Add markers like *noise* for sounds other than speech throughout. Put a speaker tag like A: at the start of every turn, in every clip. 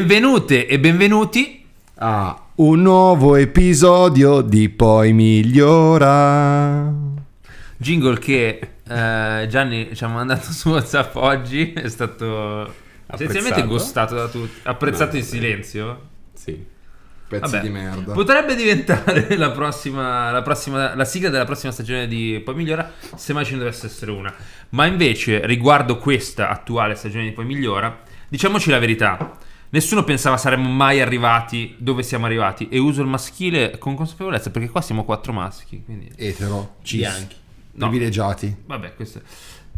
A: Benvenute e benvenuti.
B: a un nuovo episodio di Poi Migliora.
A: Jingle
B: *laughs*
A: che eh, Gianni ci ha mandato su WhatsApp oggi è stato essenzialmente
B: Apprezzato.
A: gustato da tutti, apprezzato
B: No,
A: in
B: sì.
A: silenzio.
B: Sì, pezzi
A: Vabbè,
B: di merda.
A: Potrebbe diventare *laughs* la prossima, la prossima, la sigla della prossima stagione di Poi Migliora, se mai ce ne dovesse essere una. Ma invece, riguardo questa attuale stagione di Poi Migliora, diciamoci la verità. Nessuno pensava saremmo mai arrivati dove siamo arrivati e uso il maschile con consapevolezza perché qua siamo quattro maschi, quindi
B: Etero, cis,
A: Bianchi. No.
B: privilegiati.
A: Vabbè, questo.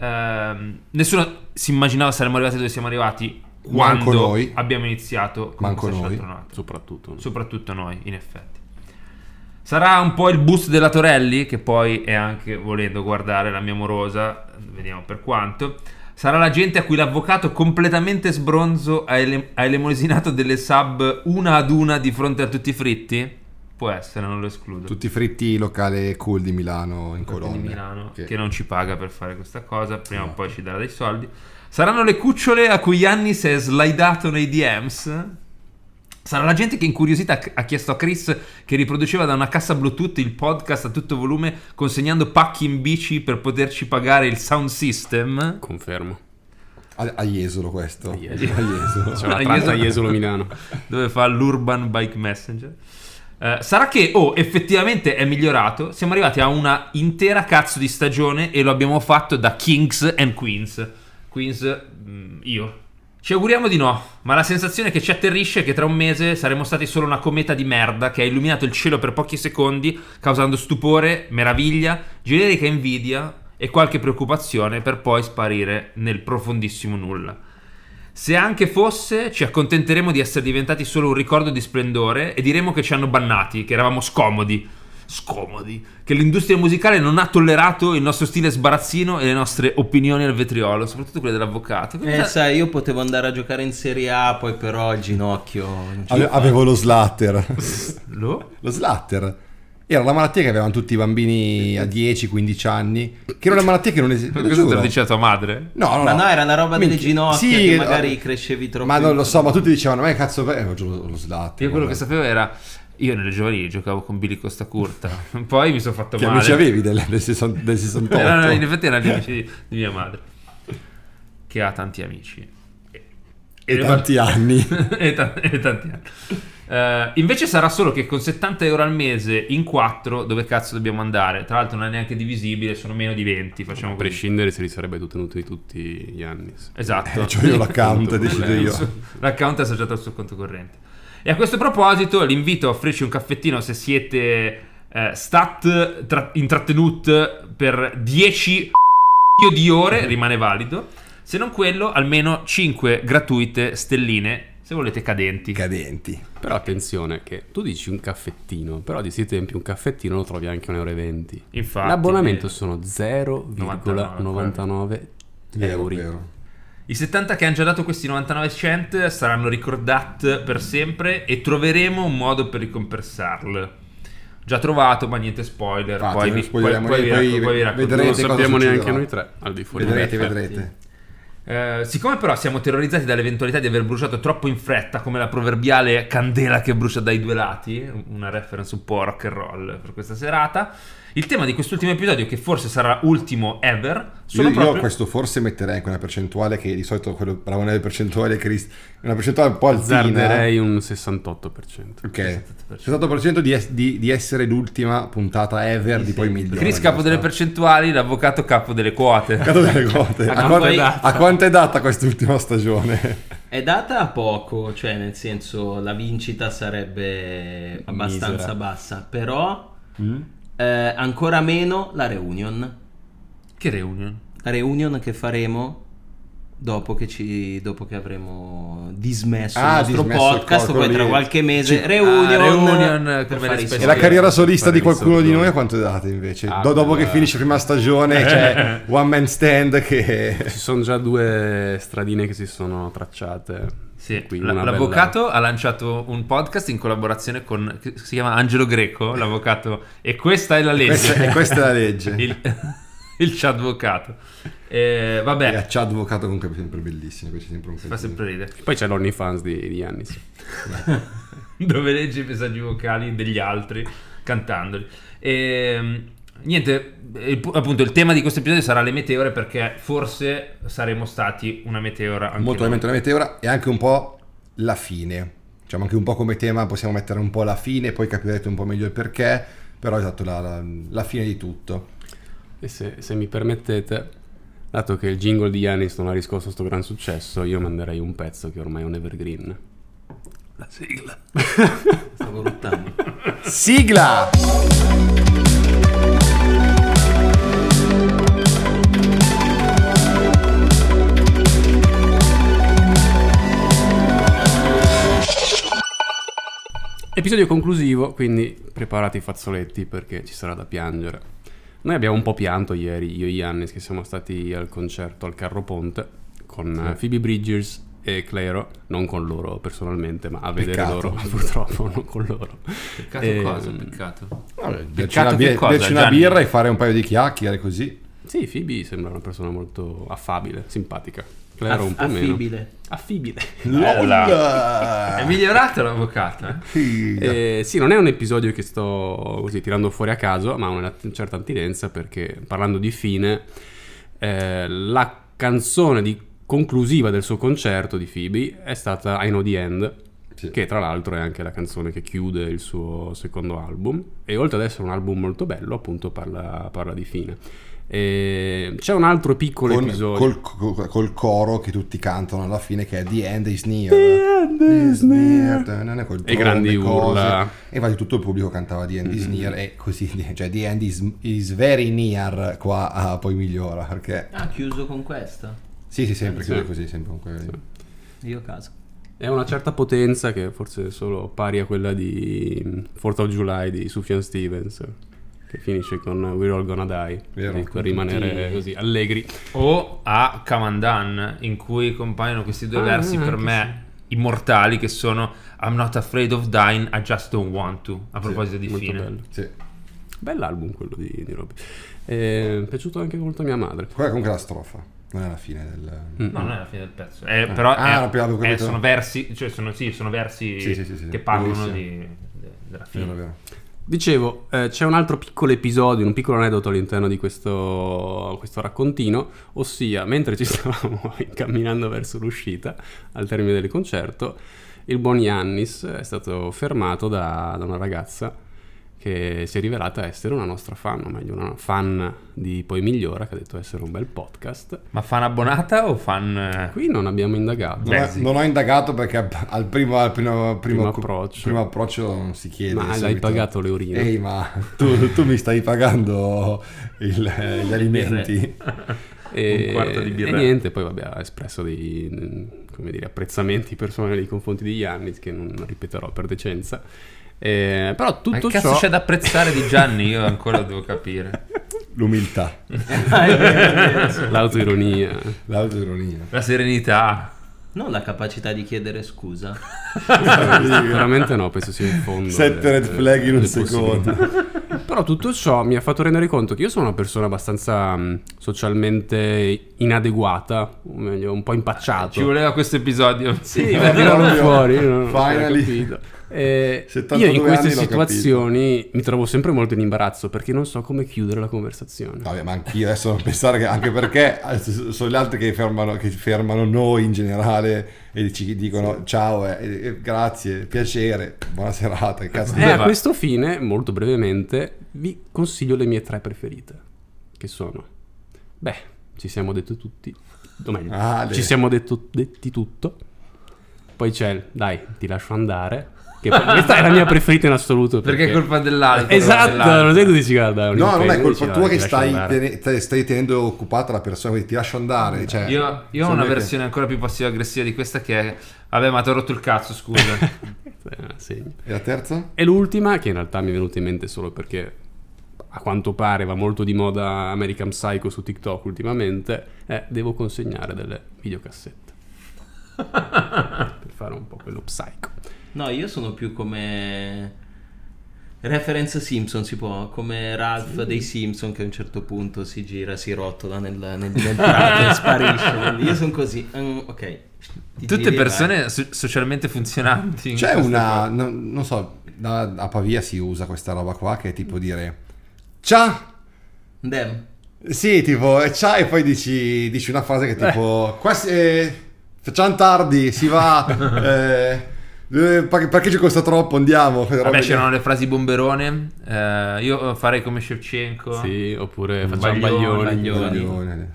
A: Ehm, nessuno si immaginava saremmo arrivati dove siamo arrivati
B: Manco
A: quando
B: noi.
A: abbiamo iniziato con
B: Manco
A: questa
B: noi.
A: cialtronata.
C: Soprattutto.
A: Soprattutto noi, in effetti. Sarà un po' il boost della Torelli, che poi è anche, volendo guardare la mia morosa, vediamo per quanto. Sarà la gente a cui l'avvocato completamente sbronzo ha, ele- ha elemosinato delle sub una ad una di fronte a tutti i fritti? Può essere, non lo escludo.
B: Tutti fritti, locale cool di Milano in
A: Quello
B: colonna.
A: di Milano
B: Che-
A: che non ci paga per fare questa cosa, prima o
B: No.
A: poi ci darà dei soldi. Saranno le cucciole a cui Yanni si è slidato nei DMs? Sarà la gente che incuriosita ha chiesto a Chris che riproduceva da una cassa Bluetooth il podcast a tutto volume consegnando pacchi in bici per poterci pagare il sound system?
C: Confermo.
B: A, a Jesolo questo.
C: A *laughs*
B: *laughs*
C: Jesolo.
B: A Jesolo.
C: C'è
A: Ah,
C: una tratta a
A: Jesolo.
C: Jesolo Milano.
A: dove fa l'Urban Bike Messenger. Eh, sarà che, oh, effettivamente è migliorato. Siamo arrivati a una intera cazzo di stagione e lo abbiamo fatto da Kings and Queens. Queens, mm, io. Ci auguriamo di no, ma la sensazione che ci atterrisce è che tra un mese saremo stati solo una cometa di merda che ha illuminato il cielo per pochi secondi, causando stupore, meraviglia, generica invidia e qualche preoccupazione per poi sparire nel profondissimo nulla. Se anche fosse, ci accontenteremo di essere diventati solo un ricordo di splendore e diremo che ci hanno bannati, che eravamo scomodi. Scomodi. Che l'industria musicale non ha tollerato il nostro stile sbarazzino e le nostre opinioni al vetriolo, soprattutto quelle dell'avvocato. Che
D: Eh,
A: cosa-
D: sai, io potevo andare a giocare in Serie A, poi però il ginocchio. non ce
B: Ave-
D: la fa.
B: Avevo lo slatter. *laughs*
A: Lo?
B: Lo slatter era la malattia che avevano tutti i bambini a 10-15 anni, che era una malattia che non esiste.
A: Questo te lo dice a tua madre?
B: No, no,
D: Ma no, era una roba delle
B: Minchia.
D: ginocchia
B: Sì,
D: che magari
B: no.
D: crescevi troppo.
B: Ma non lo
D: in-
B: so, ma tutti dicevano, ma che cazzo, eh, ho lo, lo slatter.
A: Io quello che
B: vabbè.
A: sapevo era. Io nelle giovanili giocavo con Billy Costa Curta, *laughs* poi mi sono fatto
B: Che
A: male.
B: amici avevi del, del 60 del 68?
A: Era- in effetti *laughs* erano gli amici di, di mia madre, che ha tanti amici. E,
B: E tanti anni. Eh,
A: *laughs* e, ta- e tanti anni. Eh, invece sarà solo che con 70 euro al mese in 4 dove cazzo dobbiamo andare? Tra l'altro non è neanche divisibile, sono meno di 20, facciamo
C: A
A: così.
C: prescindere se li sarebbe detenuti tutti gli anni.
A: Esatto.
B: Eh,
A: *laughs*
B: c'ho io l'account,
C: Punto.
B: *laughs* decido
A: Eh, il
B: io.
A: suo- L'account è associato al suo conto corrente. E a questo proposito, l'invito a offrirci un caffettino se siete eh, stat tra- intrattenut per 10 *laughs* di ore, rimane valido. Se non quello, almeno 5 gratuite stelline, se volete cadenti.
B: Cadenti.
C: Però attenzione che tu dici un caffettino, però di sti tempi un caffettino lo trovi anche a 1,20 euro.
A: Infatti,
C: L'abbonamento
A: eh,
C: sono 0,99
B: Vero,
C: euro.
B: Eh, vero.
A: I 70 che hanno già dato questi 99 cent saranno ricordati per sempre e troveremo un modo per ricompensarli. Già trovato, ma niente spoiler.
B: Infatti,
A: poi
B: non
A: vi, poi,
B: spoileriamo
A: poi vi racco-
B: niente, poi
A: poi vi racconto.
C: Non
B: Vedrete
C: lo
B: cosa
C: sappiamo
B: succederà.
C: neanche noi tre, al di fuori
B: Vedrete,
C: dei
B: vedrete.
A: Eh, siccome però siamo terrorizzati dall'eventualità di aver bruciato troppo in fretta, come la proverbiale candela che brucia dai due lati, una reference un po' rock and roll per questa serata, il tema di quest'ultimo episodio, che forse sarà ultimo ever,
B: Io,
A: sono
B: io
A: proprio...
B: questo forse metterei anche una percentuale che di solito quello bravo nelle percentuali che ris- una percentuale un po' altina.
C: Azzarderei un 68%.
B: Ok. 68% di, es- di- di essere l'ultima puntata ever di poi migliore.
A: Chris capo delle percentuali, l'avvocato capo delle quote. Ah, *laughs*
B: Capo delle quote.
A: A
B: A,
A: quanto
B: quanto
A: è data? Esatto.
B: a quanto è data quest'ultima stagione?
D: È data a poco, cioè nel senso la vincita sarebbe abbastanza
C: Misera.
D: bassa, però
A: Mm.
D: eh, ancora meno la reunion.
A: che reunion?
D: La reunion che faremo dopo che, ci, dopo che avremo dismesso
B: Ah,
D: il nostro
B: dismesso il
D: podcast,
B: corpo
D: poi tra
B: lì.
D: qualche mese
B: Ci-
D: reunion,
A: Ah, reunion,
D: per
A: come le
D: fare i
A: spese.
B: E
D: soldi.
B: la carriera
A: Esatto.
B: solista
C: fare
B: di qualcuno di
C: risolto.
B: noi a quanto è data invece?
C: Ah,
B: Do- dopo
C: beh.
B: che finisce la prima stagione
A: *laughs*
B: c'è One Man Stand che...
C: Ci sono già due stradine che si sono tracciate.
A: Sì,
C: Quindi
A: l-
C: una bella-
A: l'avvocato ha lanciato un podcast in collaborazione con che si chiama Angelo Greco, *laughs* l'avvocato e questa è la legge. *laughs*
B: Questa, e questa è la legge.
A: il, il c'advocato. Eh,
B: E
A: vabbè,
B: a Chad Avvocato comunque è sempre bellissimo, invece è sempre un
A: fa
B: casino.
A: sempre ridere.
C: Poi c'è l'OnlyFans di, di Yannis.
A: *laughs* dove legge i messaggi vocali degli altri cantandoli. E, niente, il pu- appunto il tema di questo episodio sarà le meteore perché forse saremo stati una meteora anche
B: Molto
A: noi.
B: probabilmente la meteora e anche un po' la fine. Diciamo anche un po' come tema possiamo mettere un po' la fine, poi capirete un po' meglio il perché, però esatto, la, la- la fine di tutto.
C: E se, se mi permettete, dato che il jingle di Yannis non ha riscosso sto gran successo, io manderei un pezzo che ormai è un evergreen. La *laughs* sigla.
D: Stavo ruttando.
B: Sigla!
C: Episodio conclusivo, quindi preparate i fazzoletti perché ci sarà da piangere. Noi abbiamo un po' pianto ieri, io e Yannis, che siamo stati al concerto al Carro Ponte con eh, Phoebe Bridgers e Clero, non con loro personalmente, ma a vedere
B: Peccato.
C: loro, *laughs* purtroppo non con loro.
A: Peccato
C: Eh,
A: cosa, peccato.
B: Berci una,
A: che
B: bir-
A: cosa,
B: berci una
A: Gianni?
B: birra e fare un paio di chiacchiere così.
C: Sì, Phoebe sembra una persona molto affabile, simpatica. Clero un
D: Aff-
C: po' meno.
D: affibile.
C: Affibile.
A: È
C: ah.
B: Lola!
A: migliorato l'avvocato, eh?
B: Sigla.
C: Eh, sì, non è un episodio che sto così tirando fuori a caso, ma ha una certa attinenza perché parlando di fine, eh, la canzone di- conclusiva del suo concerto di Phoebe è stata I Know the End,
B: Sì.
C: che tra l'altro è anche la canzone che chiude il suo secondo album. E oltre ad essere un album molto bello, appunto parla, parla di fine. Eh, c'è un altro piccolo
B: Con-
C: episodio.
B: col, col- col coro che tutti cantano alla fine che è The End is Near.
C: E grandi urla. Mm-hmm.
B: E infatti tutto il pubblico cantava The End is Near e così, cioè The End is, is very near qua ah, poi migliora perché...
D: Ah, chiuso con questa.
B: Sì, sì, sempre
C: Sì.
B: chiude così, sempre comunque...
D: Io a caso.
B: *laughs*
D: *laughs*
C: È una certa potenza che forse è solo pari a quella di 4th of July di Sufjan Stevens, che finisce con We're All Gonna Die,
B: Vero.
C: quindi per rimanere
D: Tutti-
C: così allegri.
A: O a Kamandan, in cui compaiono questi due
C: Ah,
A: versi per
C: anche
A: me immortali che sono I'm not afraid of dying, I just don't want to. A proposito di
C: Molto
A: fine.
C: bello.
B: Sì.
C: Bell'album quello di, di Robby. Eh, È piaciuto anche molto a mia madre.
B: Quella è comunque la strofa, non è la fine del...
C: Mm.
A: No, non è la fine del pezzo. Eh, Però
B: Ah,
A: è-
B: non abbiamo
A: eh,
B: capito.
A: sono versi, cioè sono, sì, sono versi
B: Sì, sì, sì, sì, sì.
A: che parlano
B: Bellissimo.
A: di, de- della fine.
B: Vero, vero.
C: Dicevo, eh, c'è un altro piccolo episodio, un piccolo aneddoto all'interno di questo, questo raccontino, ossia mentre ci *laughs* stavamo incamminando verso l'uscita al termine del concerto, il buon Yannis è stato fermato da, da una ragazza che si è rivelata essere una nostra fan, o meglio una fan di Poi Migliora, che ha detto essere un bel podcast.
A: Ma fan abbonata o fan... eh,
C: Qui non abbiamo indagato.
A: Beh,
B: Non,
A: sì.
B: non ho indagato perché al primo, al primo,
C: Primo
B: primo-
C: approccio.
B: primo approccio non si chiede.
C: Ma l'hai
B: subito. Eh,
C: pagato le urine.
B: Ehi, ma tu, tu mi stai pagando il- eh, gli alimenti.
C: e,
A: Un quarto di birra.
C: e niente, poi vabbè, ha espresso dei mh, come dire, apprezzamenti personali nei confronti di Giannis che non ripeterò per decenza. Eh, però tutto
A: Ma che
C: ciò
A: cazzo c'è da apprezzare di Gianni? Io ancora lo devo capire.
B: L'umiltà, *laughs*
C: l'autoironia.
A: *laughs*
B: l'autoironia.
A: La serenità.
D: Non la capacità di chiedere scusa.
C: Sicuramente no, penso sia in fondo.
B: Sette
C: delle-
B: red flag in un
C: delle
B: secondo.
C: possibilità. Però tutto ciò mi ha fatto rendere conto che io sono una persona abbastanza mh, socialmente inadeguata, o meglio, un po' impacciato.
A: Ci voleva questo episodio.
C: Sì, per tirarlo
B: Proprio.
C: fuori. io Non
B: Finally.
C: Finally. Capito. Eh, io
B: 72
C: in queste
B: anni l'ho
C: situazioni mi trovo sempre molto in imbarazzo perché non so come chiudere la conversazione.
B: Vabbè, ma anch'io adesso non pensare che anche perché eh, sono gli altri che fermano, che fermano noi in generale e ci dicono ciao, eh, eh, grazie, piacere, buona serata. Che cazzo
C: E
A: Eh,
B: di-
C: a
A: va.
C: questo fine, molto brevemente, vi consiglio le mie tre preferite. Che sono? Beh, ci siamo detto tutti. o meglio,
B: Ah, le-
C: ci siamo detto, detti tutto. Poi c'è, il dai, ti lascio andare. Che poi- questa è la mia preferita in assoluto.
A: Perché
C: Perché,
A: è colpa dell'altro.
C: Esatto,
A: dell'altro.
C: lo sento dici guarda. è un
B: No, non
C: impegno",
B: è
C: dici,
B: colpa
C: "Dai,
B: tua che
C: ti lascio
B: stai,
C: andare".
B: tene- te- stai tenendo occupata la persona, quindi ti lascio andare. cioè,
A: Io, io ho
B: sono
A: una
B: io che-
A: versione ancora più passiva-aggressiva di questa che è... Vabbè, ma ti ho rotto il cazzo, *laughs* scusa.
C: Eh, segno.
B: E la terza?
C: E l'ultima, che in realtà mi è venuta in mente solo perché a quanto pare va molto di moda American Psycho su TikTok ultimamente, è devo consegnare delle
A: *laughs*
C: videocassette. per fare un po' quello psycho.
D: No, io sono più come Reference Simpson si può, come Ralph dei Simpson che a un certo punto si gira, si rotola nel, nel, nel prato e
B: *laughs*
D: sparisce. Io sono così. Mm, ok. Ti
A: Tutte
D: giri e vai.
A: persone so- socialmente funzionanti. in
B: C'è
A: queste
B: una,
A: cose.
B: no- non so, da- a Pavia si usa questa roba qua che è tipo dire ciao.
D: Damn.
B: Sì, tipo, e ciao e poi dici, dici una frase che tipo, "Qua si- eh, facciamo tardi,
A: *laughs*
B: si va, eh, eh, par- parcheggio costa troppo, andiamo. quelle
A: Vabbè,
B: robe lì.
A: c'erano le frasi bomberone. eh, io farei come Shevchenko.
C: Sì, oppure
A: Un
C: facciamo
A: baglione,
C: baglioni.
A: baglioni.
B: Coglione.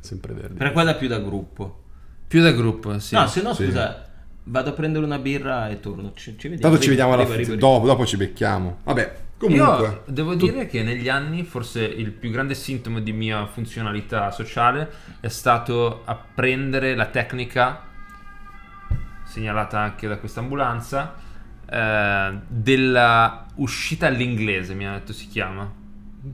C: Sempre verde.
D: Però quella più da gruppo.
A: Più da gruppo, sì.
D: no, se no,
B: sì.
D: scusa, vado a prendere una birra e torno. Ci, ci vediamo.
B: Tanto ci vediamo alla
D: Arrivo,
B: fine,
D: arrivo,
B: dopo, dopo ci becchiamo. Vabbè, comunque.
A: Io devo dire che negli anni forse il più grande sintomo di mia funzionalità sociale è stato apprendere la tecnica, segnalata anche da questa ambulanza, eh, della uscita all'inglese, mi ha detto si chiama.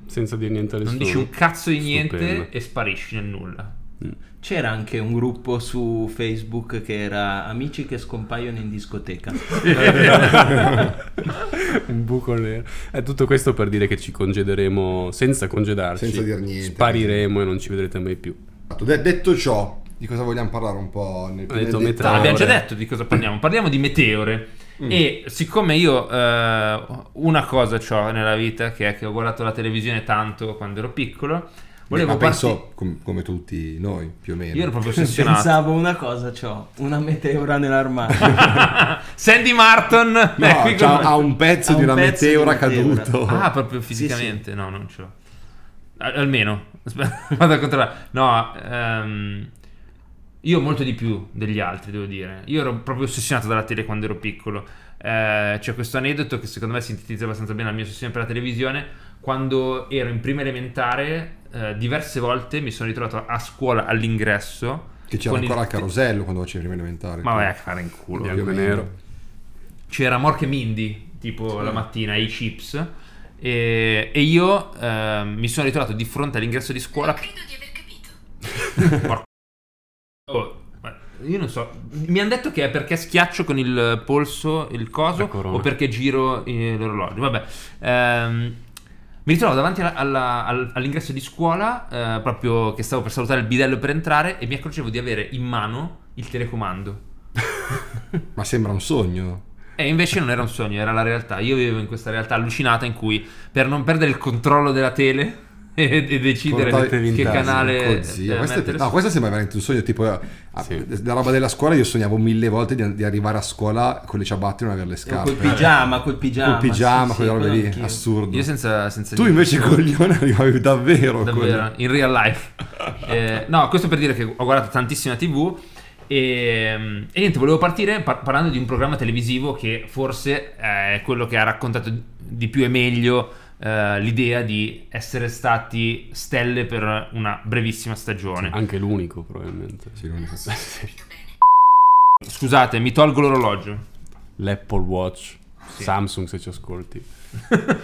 C: Senza dire niente a
A: Non
C: nessuno.
A: dici un cazzo di niente
C: Stupendo.
A: e sparisci nel nulla.
C: *laughs*
A: *laughs*
D: arrivo. C'era anche un gruppo su Facebook che era Amici che scompaiono in discoteca.
C: *laughs* un buco nero. È tutto questo per dire che ci congederemo senza congedarci.
B: Senza dir niente.
C: Spariremo e non ci vedrete mai più.
B: De- detto ciò, di cosa vogliamo parlare un po' nel,
C: Ho
B: nel
C: detto
B: dettaglio?
C: metà. Ah,
A: Abbiamo già
C: ora-
A: detto di cosa parliamo. Parliamo di meteore.
B: Mm.
A: E siccome io eh, una cosa ho nella vita, che è che ho guardato la televisione tanto quando ero piccolo, volevo
B: Ma
A: parti-
B: penso com- come tutti noi, più o meno.
A: Io ero proprio
B: *laughs*
A: ossessionato.
D: Pensavo una cosa, c'ho una meteora nell'armadio.
A: Sandy Martin
B: No,
A: è Eh, qui
B: c'ha-
A: con-
B: ha un pezzo
D: Ha
B: di
D: un
B: una
D: pezzo di
B: meteora
D: meteora.
B: caduto.
A: Ah, proprio
D: Oh. Sì,
A: fisicamente? No, non ce l'ho. Al- Almeno. *laughs* Aspetta, Vado a controllare. No, ehm, io molto di più degli altri, devo dire. Io ero proprio ossessionato dalla tele quando ero piccolo. Eh, c'è questo aneddoto che secondo me sintetizza abbastanza bene la mia ossessione per la televisione. Quando ero in prima elementare, eh, diverse volte mi sono ritrovato a scuola all'ingresso.
B: che c'era
A: con il
B: ancora il
A: te-
B: carosello quando facevi prima elementare.
A: Ma vai a fare in culo.
B: Più o
C: Bianco e
B: meno.
C: nero.
A: c'era Mork e Mindy, tipo la mattina, ai chips. E, e io ehm, mi sono ritrovato di fronte all'ingresso di scuola.
E: Credo di aver capito.
A: *laughs* Oh, ma io non so, mi hanno detto che è perché schiaccio con il polso il coso
C: La corona.
A: o perché giro eh, l'orologio. Vabbè, Ehm, mi ritrovo davanti alla- alla- al- all'ingresso di scuola, eh, proprio che stavo per salutare il bidello per entrare, e mi accorgevo di avere in mano il telecomando.
C: *laughs*
B: Ma sembra un sogno.
A: E invece non era un sogno, era la realtà. Io vivevo in questa realtà allucinata in cui per non perdere il controllo della tele *laughs* e, e decidere
B: Portatevi in
A: che
B: tasca.
A: canale
B: Così.
A: eh,
B: Questo è-
A: mettere
B: no,
A: su.
B: questo sembra veramente un sogno. Tipo, eh, ah,
C: Sì.
B: la roba della scuola, io sognavo mille volte di, di arrivare a scuola con le ciabatte e non avere le *laughs*
D: O
B: scarpe.
D: col pigiama, col pigiama.
B: Col pigiama,
D: sì, sì,
B: quelle robe lì.
D: quello anch'io.
B: Assurdo.
A: Io senza, senza
B: Tu
A: niente.
B: invece
A: *laughs*
B: coglione arrivavi davvero.
A: davvero
B: con-
A: in real
B: *laughs*
A: life Eh, no questo per dire che ho guardato tantissima tv e, e niente volevo partire par- parlando di un programma televisivo che forse eh, è quello che ha raccontato di più e meglio eh, l'idea di essere stati stelle per una brevissima stagione
C: Anche l'unico, probabilmente.
B: Sì, l'unico.
A: scusate mi tolgo l'orologio
C: L'Apple Watch. Samsung, se ci ascolti.
A: *laughs*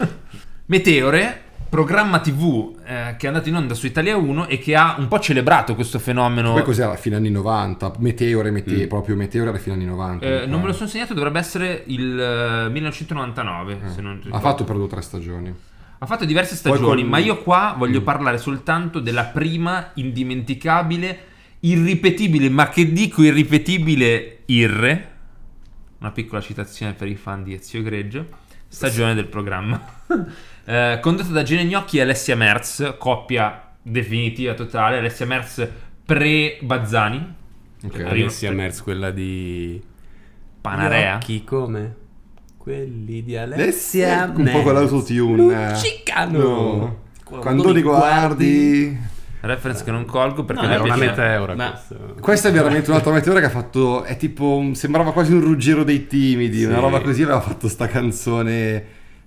A: Meteore, programma TV eh, che è andato in onda su Italia 1 e che ha un po' celebrato questo fenomeno.
B: Poi cos'era? Fino agli anni 90. Meteore, mete- proprio meteore era fino agli anni 90.
A: Mm. Eh,
B: mi
A: non me lo
B: pare.
A: sono segnato, dovrebbe essere il eh, 1999.
B: Eh.
A: se non
B: Ha
A: ricordo.
B: fatto per due o tre stagioni.
A: Ha fatto diverse
B: Poi
A: stagioni,
B: con-
A: ma io qua voglio parlare soltanto della prima, indimenticabile, irripetibile, ma che dico irripetibile, irre. Una piccola citazione per i fan di Ezio Greggio. Stagione del programma. *laughs* Eh, condotta da Gene Gnocchi e Alessia Merz, coppia definitiva totale. Alessia Merz pre-Bazzani,
B: Ok.
A: Arriva-
C: Arriva sia Merz, quella di...
A: Panarea.
C: Chi come? Quelli di
B: Alessia
C: Alessia
B: Eh, un po' con l'autotune. eh.
C: Luccicano.
B: No. Quando li guardi...
A: Reference che non colgo perché
D: No,
A: mi
C: Era una
A: piace-
C: meteora
D: Ma-
C: questa.
B: Questa è veramente un'altra meteora che ha fatto. È tipo. un- Sembrava quasi un ruggero dei timidi.
C: Sì.
B: Una roba così aveva fatto sta canzone.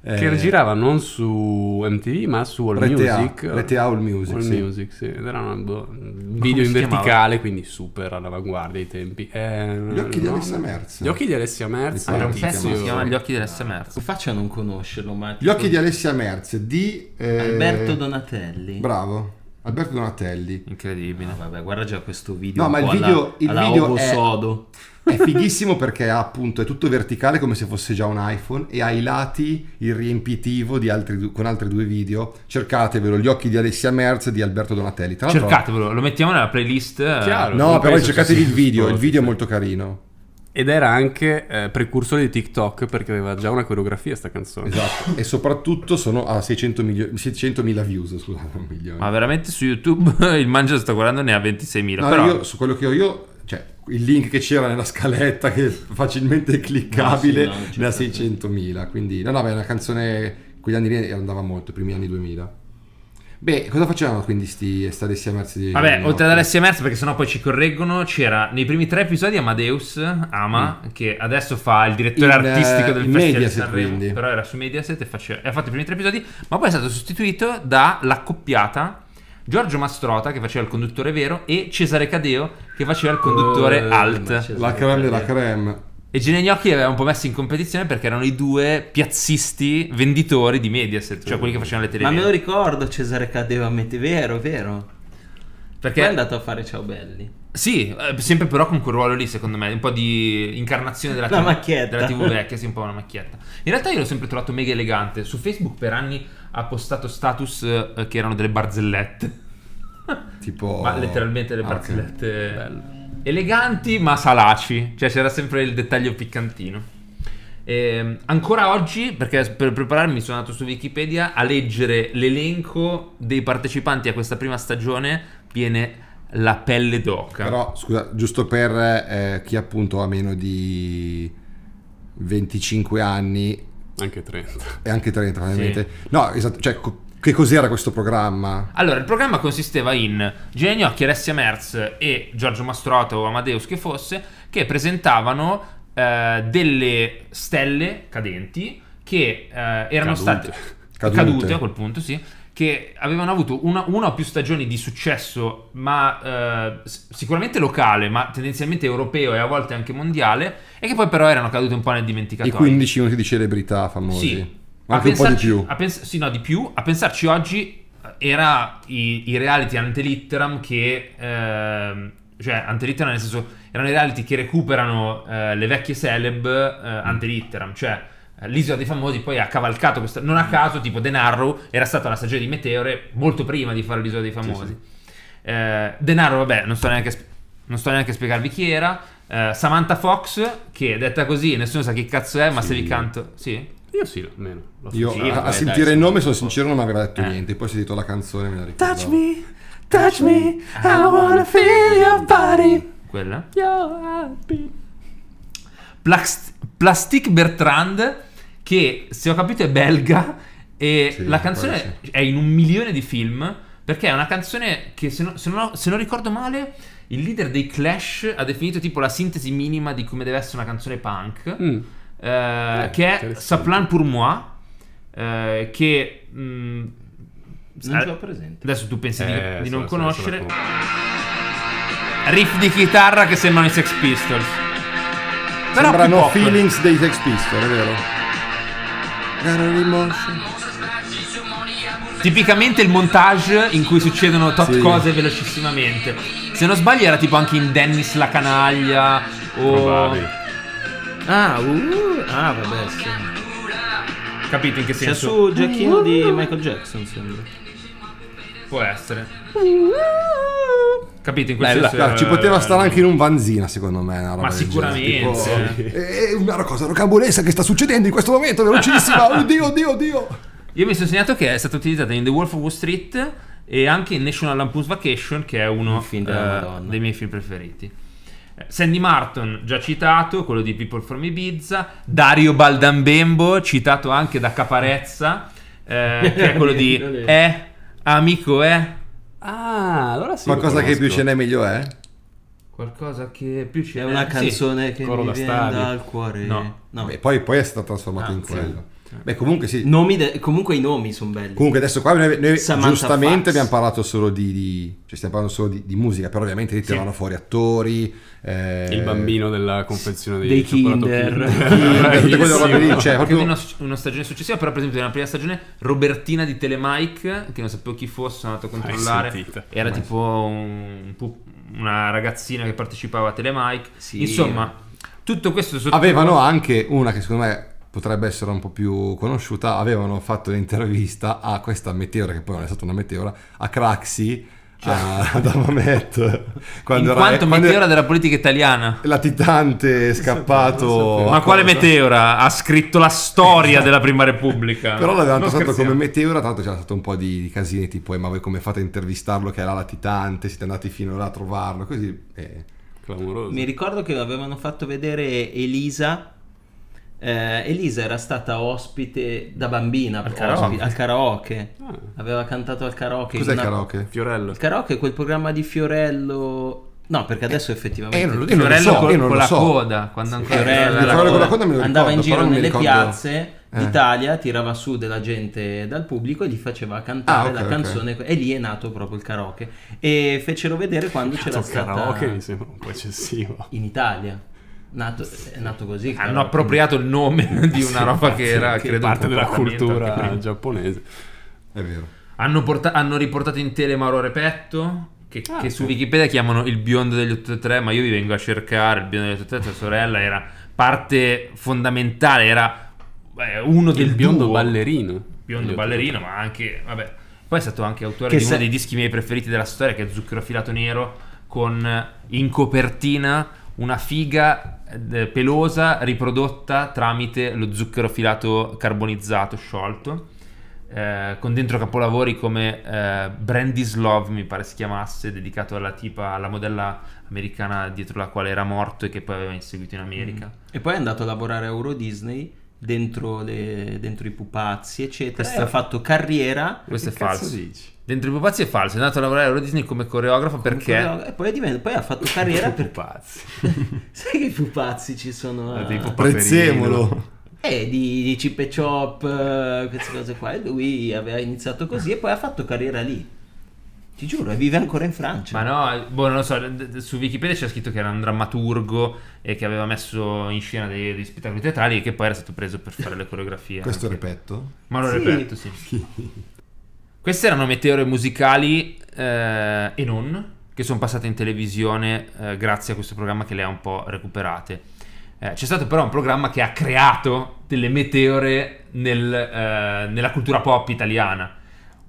B: eh,
C: Che girava non su MTV ma su All
B: Rete A,
C: Music.
B: Rete A All Music,
C: All
B: sì.
C: Music, sì. Ed era un boh, un
A: come
C: video
A: si
C: in
A: chiamava?
C: verticale, quindi super all'avanguardia ai tempi. Eh,
B: Gli occhi di
C: no.
B: Alessia Merz.
C: Gli occhi di Alessia Merz.
B: Mi pare
A: Era un
B: Sì,
A: pezzo che si
B: sì.
A: chiama Gli occhi dell'S Merz.
D: Come faccio a non conoscerlo, ma...
B: Gli occhi di Alessia Merz di. eh,
D: Alberto Donatelli.
B: Bravo, Alberto Donatelli.
A: Incredibile.
D: Ah, vabbè, guarda già questo video.
B: No,
D: un
B: ma il
D: po' alla-
B: video- il
D: alla
B: video
D: Ovo
B: è-
D: Sodo.
B: È fighissimo perché ha appunto è tutto verticale come se fosse già un iPhone e ai lati il riempitivo di altri du- con altri due video. Cercatevelo, Gli occhi di Alessia Merz e di Alberto Donatelli. Tra l'altro-
A: Cercatevelo, lo mettiamo nella playlist. eh.
C: Chiaro.
B: No,
C: Non
B: però
C: penso
B: cercatevi
C: ci
B: il video,
C: sia.
B: il video è molto carino.
C: Ed era anche eh, precursore di TikTok perché aveva già una coreografia sta canzone.
B: Esatto. e soprattutto sono a 600 milio- 600.000 views, scusate, non milioni.
A: Ma veramente su YouTube *laughs* il Mangia sta guardando ne ha 26.000.
B: No,
A: però
B: io su quello che ho io, cioè il link che c'era nella scaletta che è facilmente cliccabile
D: No, sì, no, certo.
B: ne ha 600.000, quindi no, no, ma è una canzone quegli anni lì andava molto, i primi anni 2000. Beh, cosa facevano quindi sti sta Alessia Merz di
A: Vabbè, oltre
B: di
A: ad
B: notte?
A: Alessia Merz, perché sennò poi ci correggono, c'era nei primi tre episodi Amadeus Ama, che adesso fa il direttore
B: In, Mm. eh,
A: artistico del
B: in
A: Festival di
B: Mediaset,
A: Sanremo,
B: quindi.
A: però era su Mediaset e, face- e ha fatto i primi tre episodi, ma poi è stato sostituito dall'accoppiata Giorgio Mastrota, che faceva il conduttore vero, e Cesare Cadeo, che faceva il conduttore
D: Eh, ma
A: alt.
D: Cesare-
B: la creme della creme.
A: E Gene Gnocchi li aveva un po' messi in competizione perché erano i due piazzisti venditori di Mediaset, cioè quelli che facevano le
D: Ma me lo
A: televisioni.
D: ricordo Cesare Cadeva Mette, vero, vero. Perché è
A: Perché
D: andato a fare Ciao Belli.
A: Sì, eh, sempre però con quel ruolo lì, secondo me, un po' di incarnazione della,
D: La
A: TV,
D: macchietta.
A: della TV
D: *laughs*
A: vecchia, sì, un po' una macchietta. In realtà io l'ho sempre trovato mega elegante. Su Facebook per anni ha postato status eh, che erano delle barzellette.
B: Tipo
A: Ma letteralmente le
B: Ah, ok.
A: barzellette
C: Bello.
A: eleganti ma salaci, cioè c'era sempre il dettaglio piccantino. Ehm, ancora oggi, perché per prepararmi sono andato su Wikipedia a leggere l'elenco dei partecipanti a questa prima stagione, viene la pelle d'oca.
B: Però scusa, giusto per eh, chi appunto ha meno di 25 anni
C: Anche 30.
B: e anche 30 probabilmente. No, esatto, cioè co- che cos'era questo programma?
A: Allora, il programma consisteva in Gene Gnocchi, Alessia Merz e Giorgio Mastrota o Amadeus che fosse, che presentavano eh, delle stelle cadenti che eh, erano
C: Cadute.
A: state
B: Cadute.
A: a quel punto, sì, che avevano avuto una, una o più stagioni di successo, ma eh, s- sicuramente locale, ma tendenzialmente europeo e a volte anche mondiale, e che poi però erano cadute un po' nel
B: I
A: dimenticatoio.
B: 15 minuti di celebrità famosi.
A: Sì. A
B: Ma
A: Ah,
B: anche un po' di
A: pensarci-
B: più.
A: a pens- sì, no, di più. A pensarci oggi eh, era i, i reality antelitteram che... ehm, cioè, antelitteram nel senso... Erano i reality che recuperano eh, le vecchie celeb eh, antelitteram. Cioè, eh, l'isola dei famosi poi ha cavalcato questa... Non a caso, tipo De Narro era stata la stagione di Meteore molto prima di fare l'isola dei famosi. Eh, De Narro, vabbè, non sto neanche a sp- non sto neanche a spiegarvi chi era. Eh, Samantha Fox, che detta così, nessuno sa che cazzo è, ma se
B: Sì.
A: vi canto... Sì?
C: Io sì, almeno. L'ho
B: Io
C: sentito.
B: a- a,
D: vabbè,
B: sentire
D: dai,
B: il
D: sì,
B: nome sono
D: un po'.
B: sincero non aveva detto
A: Eh.
B: niente, poi ho sentito la canzone me la ricordo.
E: Touch me, touch me, I wanna feel your body.
A: Quella?
E: Your heartbeat.
A: Plax- Plastic Bertrand, che se ho capito è belga e
B: Sì,
A: la canzone
B: può
A: è in un milione di film perché è una canzone che se, no- se non ho- se non ricordo male il leader dei Clash ha definito tipo la sintesi minima di come deve essere una canzone punk
C: Mm.
A: eh,
C: Eh,
A: che è
C: interessante.
A: Saplan pour moi eh, che mm,
D: Non
A: eh,
D: ce l'ho presente.
A: adesso tu pensi di-
C: Eh,
A: di,
C: so-
A: non
C: so- so-
A: conoscere
C: so-
A: riff di chitarra che sembrano i Sex Pistols Però più
B: Sembrano
A: pop.
B: feelings dei Sex Pistols, è vero? Got a remorse.
A: Tipicamente il montage in cui succedono tot
B: Sì.
A: cose velocissimamente. Se non sbaglio era tipo anche in Dennis la canaglia o
C: Probabili.
D: Ah, uh, ah, vabbè, sì.
A: capito in che
D: C'è
A: senso?
D: su Giacchino di Michael Jackson, sembra.
A: Può essere. Capito in quel
C: Bella.
A: senso?
B: Guarda,
A: era-
B: ci poteva stare anche in un vanzina, secondo me. Una roba
A: eh, Ma
B: del
A: sicuramente.
B: genere, tipo, "Eh, È una cosa rocambolesca che sta succedendo in questo
A: *laughs*
B: momento, velocissima. Oddio, oddio, oddio.
A: Io mi sono segnato che è stata utilizzata in The Wolf of Wall Street e anche in National Lampoon's Vacation, che è uno
D: Un film della
A: eh,
D: Madonna.
A: dei miei film preferiti. Eh, Sandy Martin, già citato, quello di People from Ibiza. Dario Baldambembo, citato anche da Caparezza, eh, che è quello di
D: *laughs* Non è-
A: Eh, amico, eh.
C: Ah, allora sì.
B: Ma
C: lo
B: cosa che
C: conosco.
B: più ce n'è meglio è?
A: Qualcosa che più
D: C'è
A: c'è
D: una canzone che
C: Coro
D: mi
C: da
D: viene
C: stadio.
D: dal cuore.
A: No.
D: no.
B: Beh, poi, poi è stata trasformata
D: Ah,
B: in
D: sì.
B: quello. Beh, comunque sì.
D: Nomi de- comunque i nomi sono belli.
B: Comunque adesso qua noi, noi
D: Samantha
B: giustamente
D: Fox.
B: abbiamo parlato solo di, di- cioè stiamo parlando solo di, di musica, però ovviamente lì tirano fuori attori, eh,
C: Il bambino della confezione dei,
D: Dei
C: cioccolato *laughs*
D: Kinder.
B: Kinder, tutte quelle robe lì,
A: Anche
B: cioè
A: di
B: proprio
A: una, una stagione successiva, però per esempio nella prima stagione Robertina di Telemike, che non sapevo chi fosse, sono andato a
C: Mai
A: controllare.
C: sentita.
A: Era
B: Mai
A: tipo un pu- una ragazzina che partecipava a Telemike.
D: Sì.
A: Insomma, Tutto questo sotto...
B: Avevano anche una che secondo me potrebbe essere un po' più conosciuta, avevano fatto l'intervista a questa meteora, che poi non è stata una meteora, a Craxi, a- *laughs* ad Amamet,
A: Cioè. in
B: Ah, quando era...
A: quanto
B: quando
A: meteora
B: era-
A: della politica italiana.
B: Latitante è scappato...
A: Ma
B: a
A: quale
B: Oh, cosa. Eh.
A: meteora ha scritto la storia della Prima Repubblica?
B: *laughs* Però
A: l'avevano
B: l'avevano trattato come meteora, tanto c'era stato un po' di, di casini, tipo, "Eh, ma voi come fate a intervistarlo che era latitante, siete andati fino là a trovarlo, così... eh.
C: Clamoroso.
D: Mi ricordo che avevano fatto vedere Elisa. Eh, Elisa era stata ospite da bambina
A: Al
D: ospi-
A: karaoke.
D: al karaoke.
C: Ah,
D: Aveva cantato al karaoke. in
B: Cos'è il
D: una-
B: karaoke?
C: Eh, Fiorello.
D: Il karaoke è quel programma di Fiorello. No, perché adesso effettivamente.
B: eh, non lo dico.
A: Fiorello
B: so, io
A: con,
B: non
A: con
B: lo
A: la
B: so.
A: coda, quando ancora
D: Fiorello,
B: Fiorello
A: la
B: con la
A: coda.
B: coda me lo
D: andava
B: ricordo,
D: in giro
B: però non mi
D: nelle
B: ricordo-
D: piazze
B: Eh.
D: d'Italia, tirava su della gente dal pubblico e gli faceva cantare
B: Ah, ok,
D: la
B: ok.
D: canzone e lì è nato proprio il karaoke e fecero vedere quando c'era
C: Cazzo,
D: stata
C: karaoke mi sembra un po' eccessivo.
D: in Italia. Nato- è nato così. il
A: Hanno
D: karaoke.
A: appropriato il nome *laughs* di una roba che era
C: Che
A: credo, un
C: parte della
A: comportamento anche prima.
C: cultura giapponese.
B: È vero.
A: Hanno, porta- hanno riportato in tele Mauro Repetto, che,
C: Ah,
A: che
C: sì.
A: su Wikipedia chiamano il biondo degli 83, ma io vi vengo a cercare il biondo degli 83, sua cioè sorella era parte fondamentale, era eh, uno del
C: Il biondo
A: duo.
C: ballerino.
A: Biondo
C: Io-
A: ballerino, ma anche, vabbè. Poi è stato anche autore
D: Che
A: di uno
D: se-
A: dei dischi miei preferiti della storia, che è Zucchero filato nero, con eh, in copertina una figa eh, pelosa riprodotta tramite lo zucchero filato carbonizzato sciolto. eh, con dentro capolavori come eh, Brandy's Love mi pare si chiamasse dedicato alla tipa alla modella americana dietro la quale era morto e che poi aveva inseguito in America
D: E poi è andato a lavorare a Euro Disney dentro, le- dentro i pupazzi, eccetera.
A: Questo-
D: e ha fatto carriera.
A: questo è
C: Che cazzo
A: falso
C: dici?
A: dentro i pupazzi è falso è andato a lavorare a Euro Disney come coreografo perché
D: E poi, è diven- poi ha fatto
C: *laughs*
D: carriera per...
C: pazzi.
D: Sai che i pupazzi ci sono...
C: Ah, dei
D: eh,
C: pupa-
B: Prezzemolo.
D: eh, di, di Chip e Chop, eh, queste cose qua. E lui aveva iniziato così e poi ha fatto carriera lì. Ti giuro, e vive ancora in Francia.
A: Ma no, boh, non lo so, d- d- su Wikipedia c'è scritto che era un drammaturgo e che aveva messo in scena dei, dei spettacoli teatrali e che poi era stato preso per fare le coreografie.
B: Questo
A: anche.
B: ripeto.
A: Ma lo
D: Sì.
A: ripeto, sì. Queste erano meteore musicali eh, e non, che sono passate in televisione eh, grazie a questo programma che le ha un po' recuperate. Eh, c'è stato però un programma che ha creato delle meteore nel, eh, nella cultura pop italiana.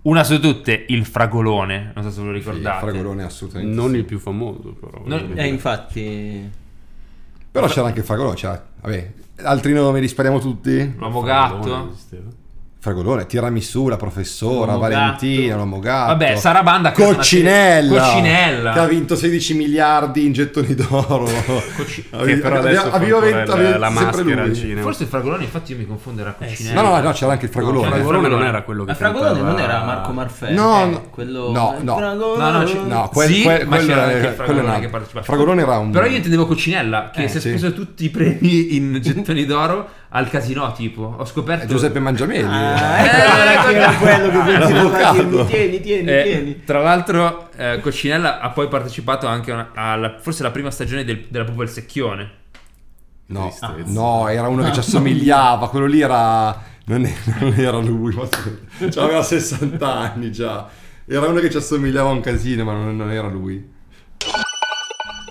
A: Una su tutte, il fragolone, non so se ve lo
B: Sì,
A: ricordate.
B: Fragolone assolutamente.
C: Non
B: sì.
C: il più famoso, però.
A: Non-
C: voglio dire.
D: Eh, infatti...
B: Però c'era anche il Fragolone, c'era... Vabbè, altri nomi li spariamo tutti?
A: L'uomo
C: Faraone
A: gatto.
C: esisteva.
B: Ah, Fragolone, Tiramisù, la professora,
D: L'uomo
B: Valentina,
D: gatto.
B: l'uomo gatto.
A: Vabbè, Sarabanda ha creato una
B: Coccinella,
A: serie- Coccinella.
B: che ha vinto 16 miliardi in gettoni d'oro. *laughs*
A: Cocci-
C: Che però adesso fa
B: aveva
C: ancora
B: vinto-
C: il-
B: aveva
C: la
B: sempre
C: maschera
B: lui.
C: al cinema.
A: Forse il fragolone, infatti, io mi confondo, era Coccinella.
B: Eh No, no, no, c'era anche il
C: No,
B: Fragolone.
C: Fragolone non era quello che
D: Ma Fragolone
C: cantava-
D: non era
C: *laughs*
D: Marco Marfè?
B: No,
D: eh,
B: no.
D: quello...
B: No, no.
D: Fragolone-
A: No, no, c-
B: No, quel,
A: Sì,
B: quel-
A: ma
B: quello
A: c'era
B: era-
A: anche il
B: quello
A: Fragolone
B: era-
A: che partecipava.
B: Fragolone era un...
A: Però io intendevo Coccinella, che
D: Eh,
A: si è
B: sì.
A: speso tutti i premi in gettoni d'oro al casino, tipo. Ho scoperto...
B: È Eh, Giuseppe Mangiamelli.
D: Ah,
B: *laughs*
A: Eh,
D: ecco, era
A: ecco.
D: quello che
B: L'avvocato.
D: pensavo. Tieni, tieni, tieni.
A: Eh,
D: tieni.
A: tra l'altro, eh, Coccinella ha poi partecipato anche a una- alla, forse la prima stagione del- della Pupa il Secchione.
B: No,
C: Tristezza.
B: no, era uno che ci assomigliava, quello lì era... Non è- non era lui, ma scusa, cioè, aveva 60 anni già. Era uno che ci assomigliava un casino, ma non, non era lui.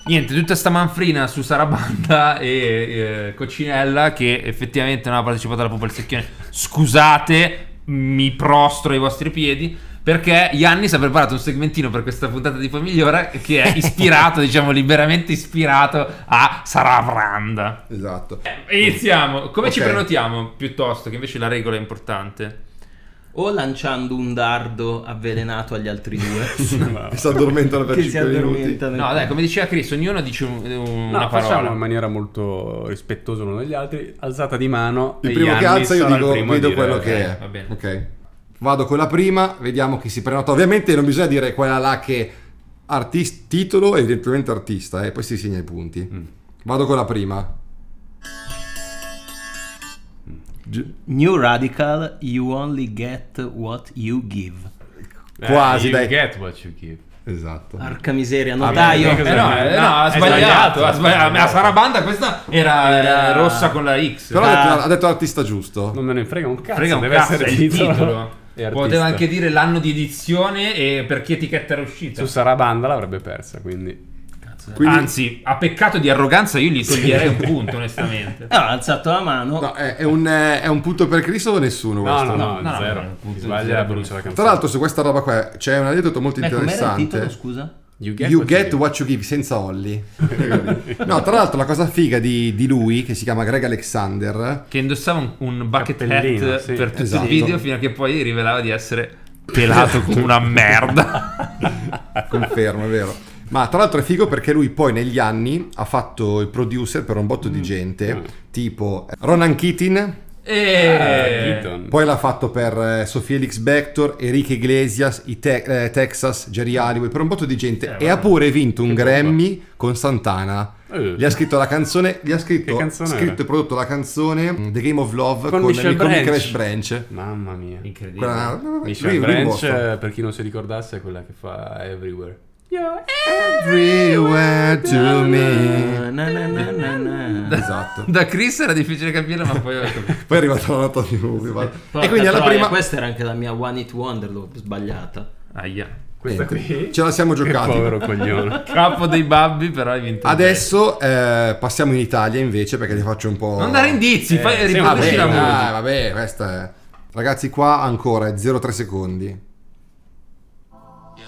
A: Niente, tutta sta manfrina su Sarabanda e eh, Coccinella che effettivamente non ha partecipato alla Pupa il Secchione. Scusate, mi prostro ai vostri piedi perché Yannis ha preparato un segmentino per questa puntata di Famigliora che è ispirato, diciamo liberamente ispirato a Sarabanda.
B: Esatto.
C: Eh,
A: Iniziamo. Come ci
B: Ok.
A: prenotiamo piuttosto che invece la regola è importante?
D: O lanciando un dardo avvelenato agli
B: *laughs*
D: altri due.
B: Che si addormentano per
D: che si
B: 5 minuti.
D: addormentano.
A: No, dai, come diceva Chris, ognuno dice un- un-
C: No,
A: una
C: facciamo
A: parola.
C: in maniera molto rispettosa l'uno degli altri, alzata di mano.
B: Il
C: e
B: primo che
C: Gianni
B: alza io
C: sarà il
B: dico,
C: primo a
B: vedo
C: dire,
B: quello
A: ok,
B: che è.
A: va bene.
B: Ok. Vado con la prima, vediamo chi si prenota. Ovviamente non bisogna dire quella là che artist- titolo e evidentemente artista, eh, poi si segna i punti.
C: Mm.
B: Vado con la prima.
D: New Radical, you only get what you give.
C: Eh,
B: Quasi,
F: you
B: dai.
F: get what you give.
B: Esatto.
D: Arca miseria,
A: Eh
D: notaio.
A: no, eh, no, ha sbagliato,
F: È sbagliato.
A: ha sbagliato. A Sarabanda questa era,
D: Era-
A: eh, rossa con la X.
B: Però
A: Ah,
B: ha detto, ha detto artista giusto.
C: Non me ne frega un cazzo.
A: frega un
C: deve
A: cazzo,
C: essere
A: è il
C: titolo.
A: titolo.
C: e artista.
A: Poteva anche dire l'anno di edizione e per che etichetta era uscita.
C: Su Sarabanda l'avrebbe persa, quindi.
D: arroganza.
B: Quindi-
A: Anzi, a peccato di arroganza io gli toglierei un punto,
D: *laughs*
A: onestamente.
D: Allora, Eh, ha alzato la mano.
B: No, è, è un, eh, è un punto per Cristo o nessuno
C: No,
B: questo?
C: no, no,
A: no,
C: zero.
A: no,
C: Chi
A: punto
C: sbaglia
A: zero.
C: brucia la canzone.
B: Tra l'altro su questa roba qua c'è un aneddoto molto
D: Beh, com'era il titolo,
B: interessante.
D: scusa?
C: you
B: You
C: what
B: get
C: you
B: what you give senza Olly. no, tra l'altro la cosa figa di, di lui, che si chiama Greg Alexander,
A: Che indossava un, un bucket
C: Cappellino,
A: hat
C: sì,
A: per tutto
B: esatto.
A: il video fino a che poi rivelava di essere pelato come una
C: *laughs*
A: merda.
B: *laughs* confermo, è vero. Ma tra l'altro è figo perché lui poi negli anni ha fatto il producer per un
C: Mm.
B: botto di gente, tipo Ronan Keating,
A: e...
C: Keaton.
B: poi l'ha fatto per eh, Sofia Elix Bector, Enrique Iglesias, i Te- eh, Texas, Jerry Halliway, per un botto di gente. e ha pure vinto un Grammy con Santana.
C: Eh.
B: Gli ha scritto la canzone, gli ha scritto,
C: Che canzone era?
B: scritto e prodotto la canzone mm, The Game of Love
C: Con
B: con,
C: Michel
B: con
C: Branch.
B: Crash Branch.
C: Mamma mia.
A: Incredibile.
B: Quella-
C: Michelle
B: lui- lui
C: Branch,
B: mostra.
C: eh, per chi non si ricordasse, è quella che fa Everywhere.
B: Everywhere to me.
D: Na, Eh, na, na, na, na.
B: Esatto.
A: Da Chris era difficile capire, ma poi... ho capito.
B: Poi è arrivata la nota di Ruby. va.
D: Porca
B: E quindi alla
D: troia,
B: prima
D: Questa era anche la mia One It Wonder, l'ho sbagliata.
A: Aia.
C: Questa qui.
B: ce la siamo
C: Che
B: giocati.
C: povero coglione.
A: *laughs* Capo dei babbi, però hai vinto.
B: Adesso eh, passiamo in Italia invece perché ti faccio un po'...
A: Non dare indizi,
C: Eh,
A: fai
C: sì,
A: riproduci
B: Vabbè,
A: la
C: Conosci
B: Ah, dai,
A: musica.
B: vabbè, questa è... Ragazzi, qua ancora è 0,3 secondi.
F: Yo,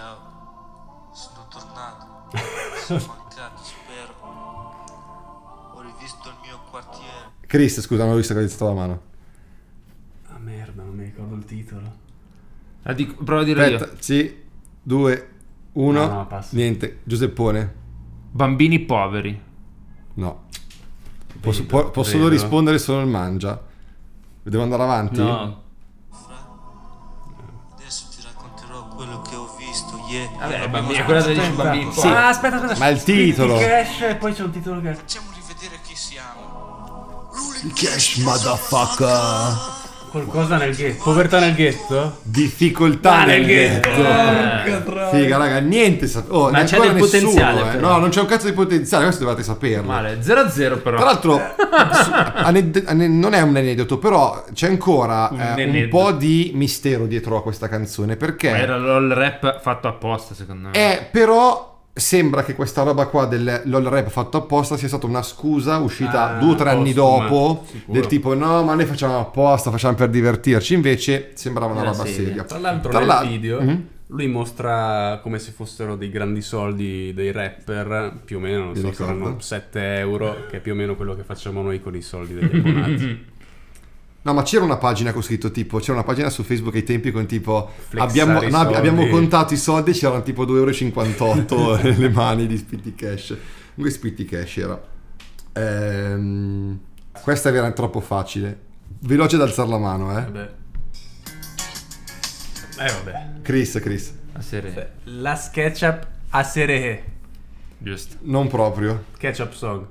F: sono tornato, sono mancato, spero. Ho rivisto il mio quartiere.
B: Chris, scusa, non ho visto che hai detto la mano.
C: Ah merda, non mi ricordo il titolo.
A: La dico- provo a dirlo io.
B: Aspetta, sì, 2, 1,
C: No, no, passa.
B: niente. Giuseppone,
A: Bambini poveri.
B: no. Posso, può- posso solo
C: vedo.
B: rispondere solo il mangia. Devo andare avanti?
D: No,
F: Adesso ti racconterò quello che ho visto ieri.
A: Vabbè,
F: Abbiamo
A: bambini,
F: scoperto-
A: quella dei bambini poveri.
C: Ah, aspetta, aspetta.
B: Ma il titolo!
C: e poi c'è un titolo che
F: Facciamo rivedere chi siamo.
B: Cash motherfucker!
C: qualcosa nel ghetto. Povertà nel ghetto?
B: Difficoltà nel ghetto! Figa, raga, niente. sa- Oh,
D: Ma
B: ne
D: c'è
B: ancora
D: del
B: nessuno,
D: potenziale,
B: eh.
D: però.
B: No, non c'è un cazzo di potenziale, questo dovete saperlo.
A: Male, 0-0 però.
B: Tra l'altro, su- aned- ane- non è un aneddoto, però c'è ancora eh,
A: Un
B: un,
A: aneddoto.
B: po' di mistero dietro a questa canzone perché
A: Ma era il rap fatto apposta, secondo me.
B: è però. Sembra che questa roba qua del LOL rap fatto apposta sia stata una scusa uscita
A: Eh,
C: Ah,
B: due o tre anni
C: postuma,
B: dopo
C: sicuro.
B: del tipo no ma noi facciamo apposta, facciamo per divertirci, invece sembrava una
A: Eh,
D: Era
B: roba
D: seria.
B: seria.
C: Tra l'altro
B: Tra
C: nel
B: l'al-
C: video
B: Mhm.
C: lui mostra come se fossero dei grandi soldi dei rapper, più o meno, non
B: Mi
C: so,
B: ricordo.
C: saranno 7 euro, che è più o meno quello che facciamo noi con i soldi degli abbonati.
A: *laughs*
B: No, ma c'era una pagina con scritto tipo, c'era una pagina su Facebook ai tempi con tipo
C: Flexare
B: abbiamo,
C: i
B: no, ab-
C: soldi.
B: abbiamo contato i soldi e c'erano tipo 2,58
A: *laughs*
B: *laughs* euro nelle mani di Spitty Cash. Comunque Spitty Cash era. Ehm, questa era troppo facile. Veloce ad alzare la mano, eh.
C: Vabbè. Eh vabbè.
B: Chris, Chris.
A: A serie.
C: La SketchUp a sere.
A: Giusto.
B: Non proprio.
C: Ketchup song.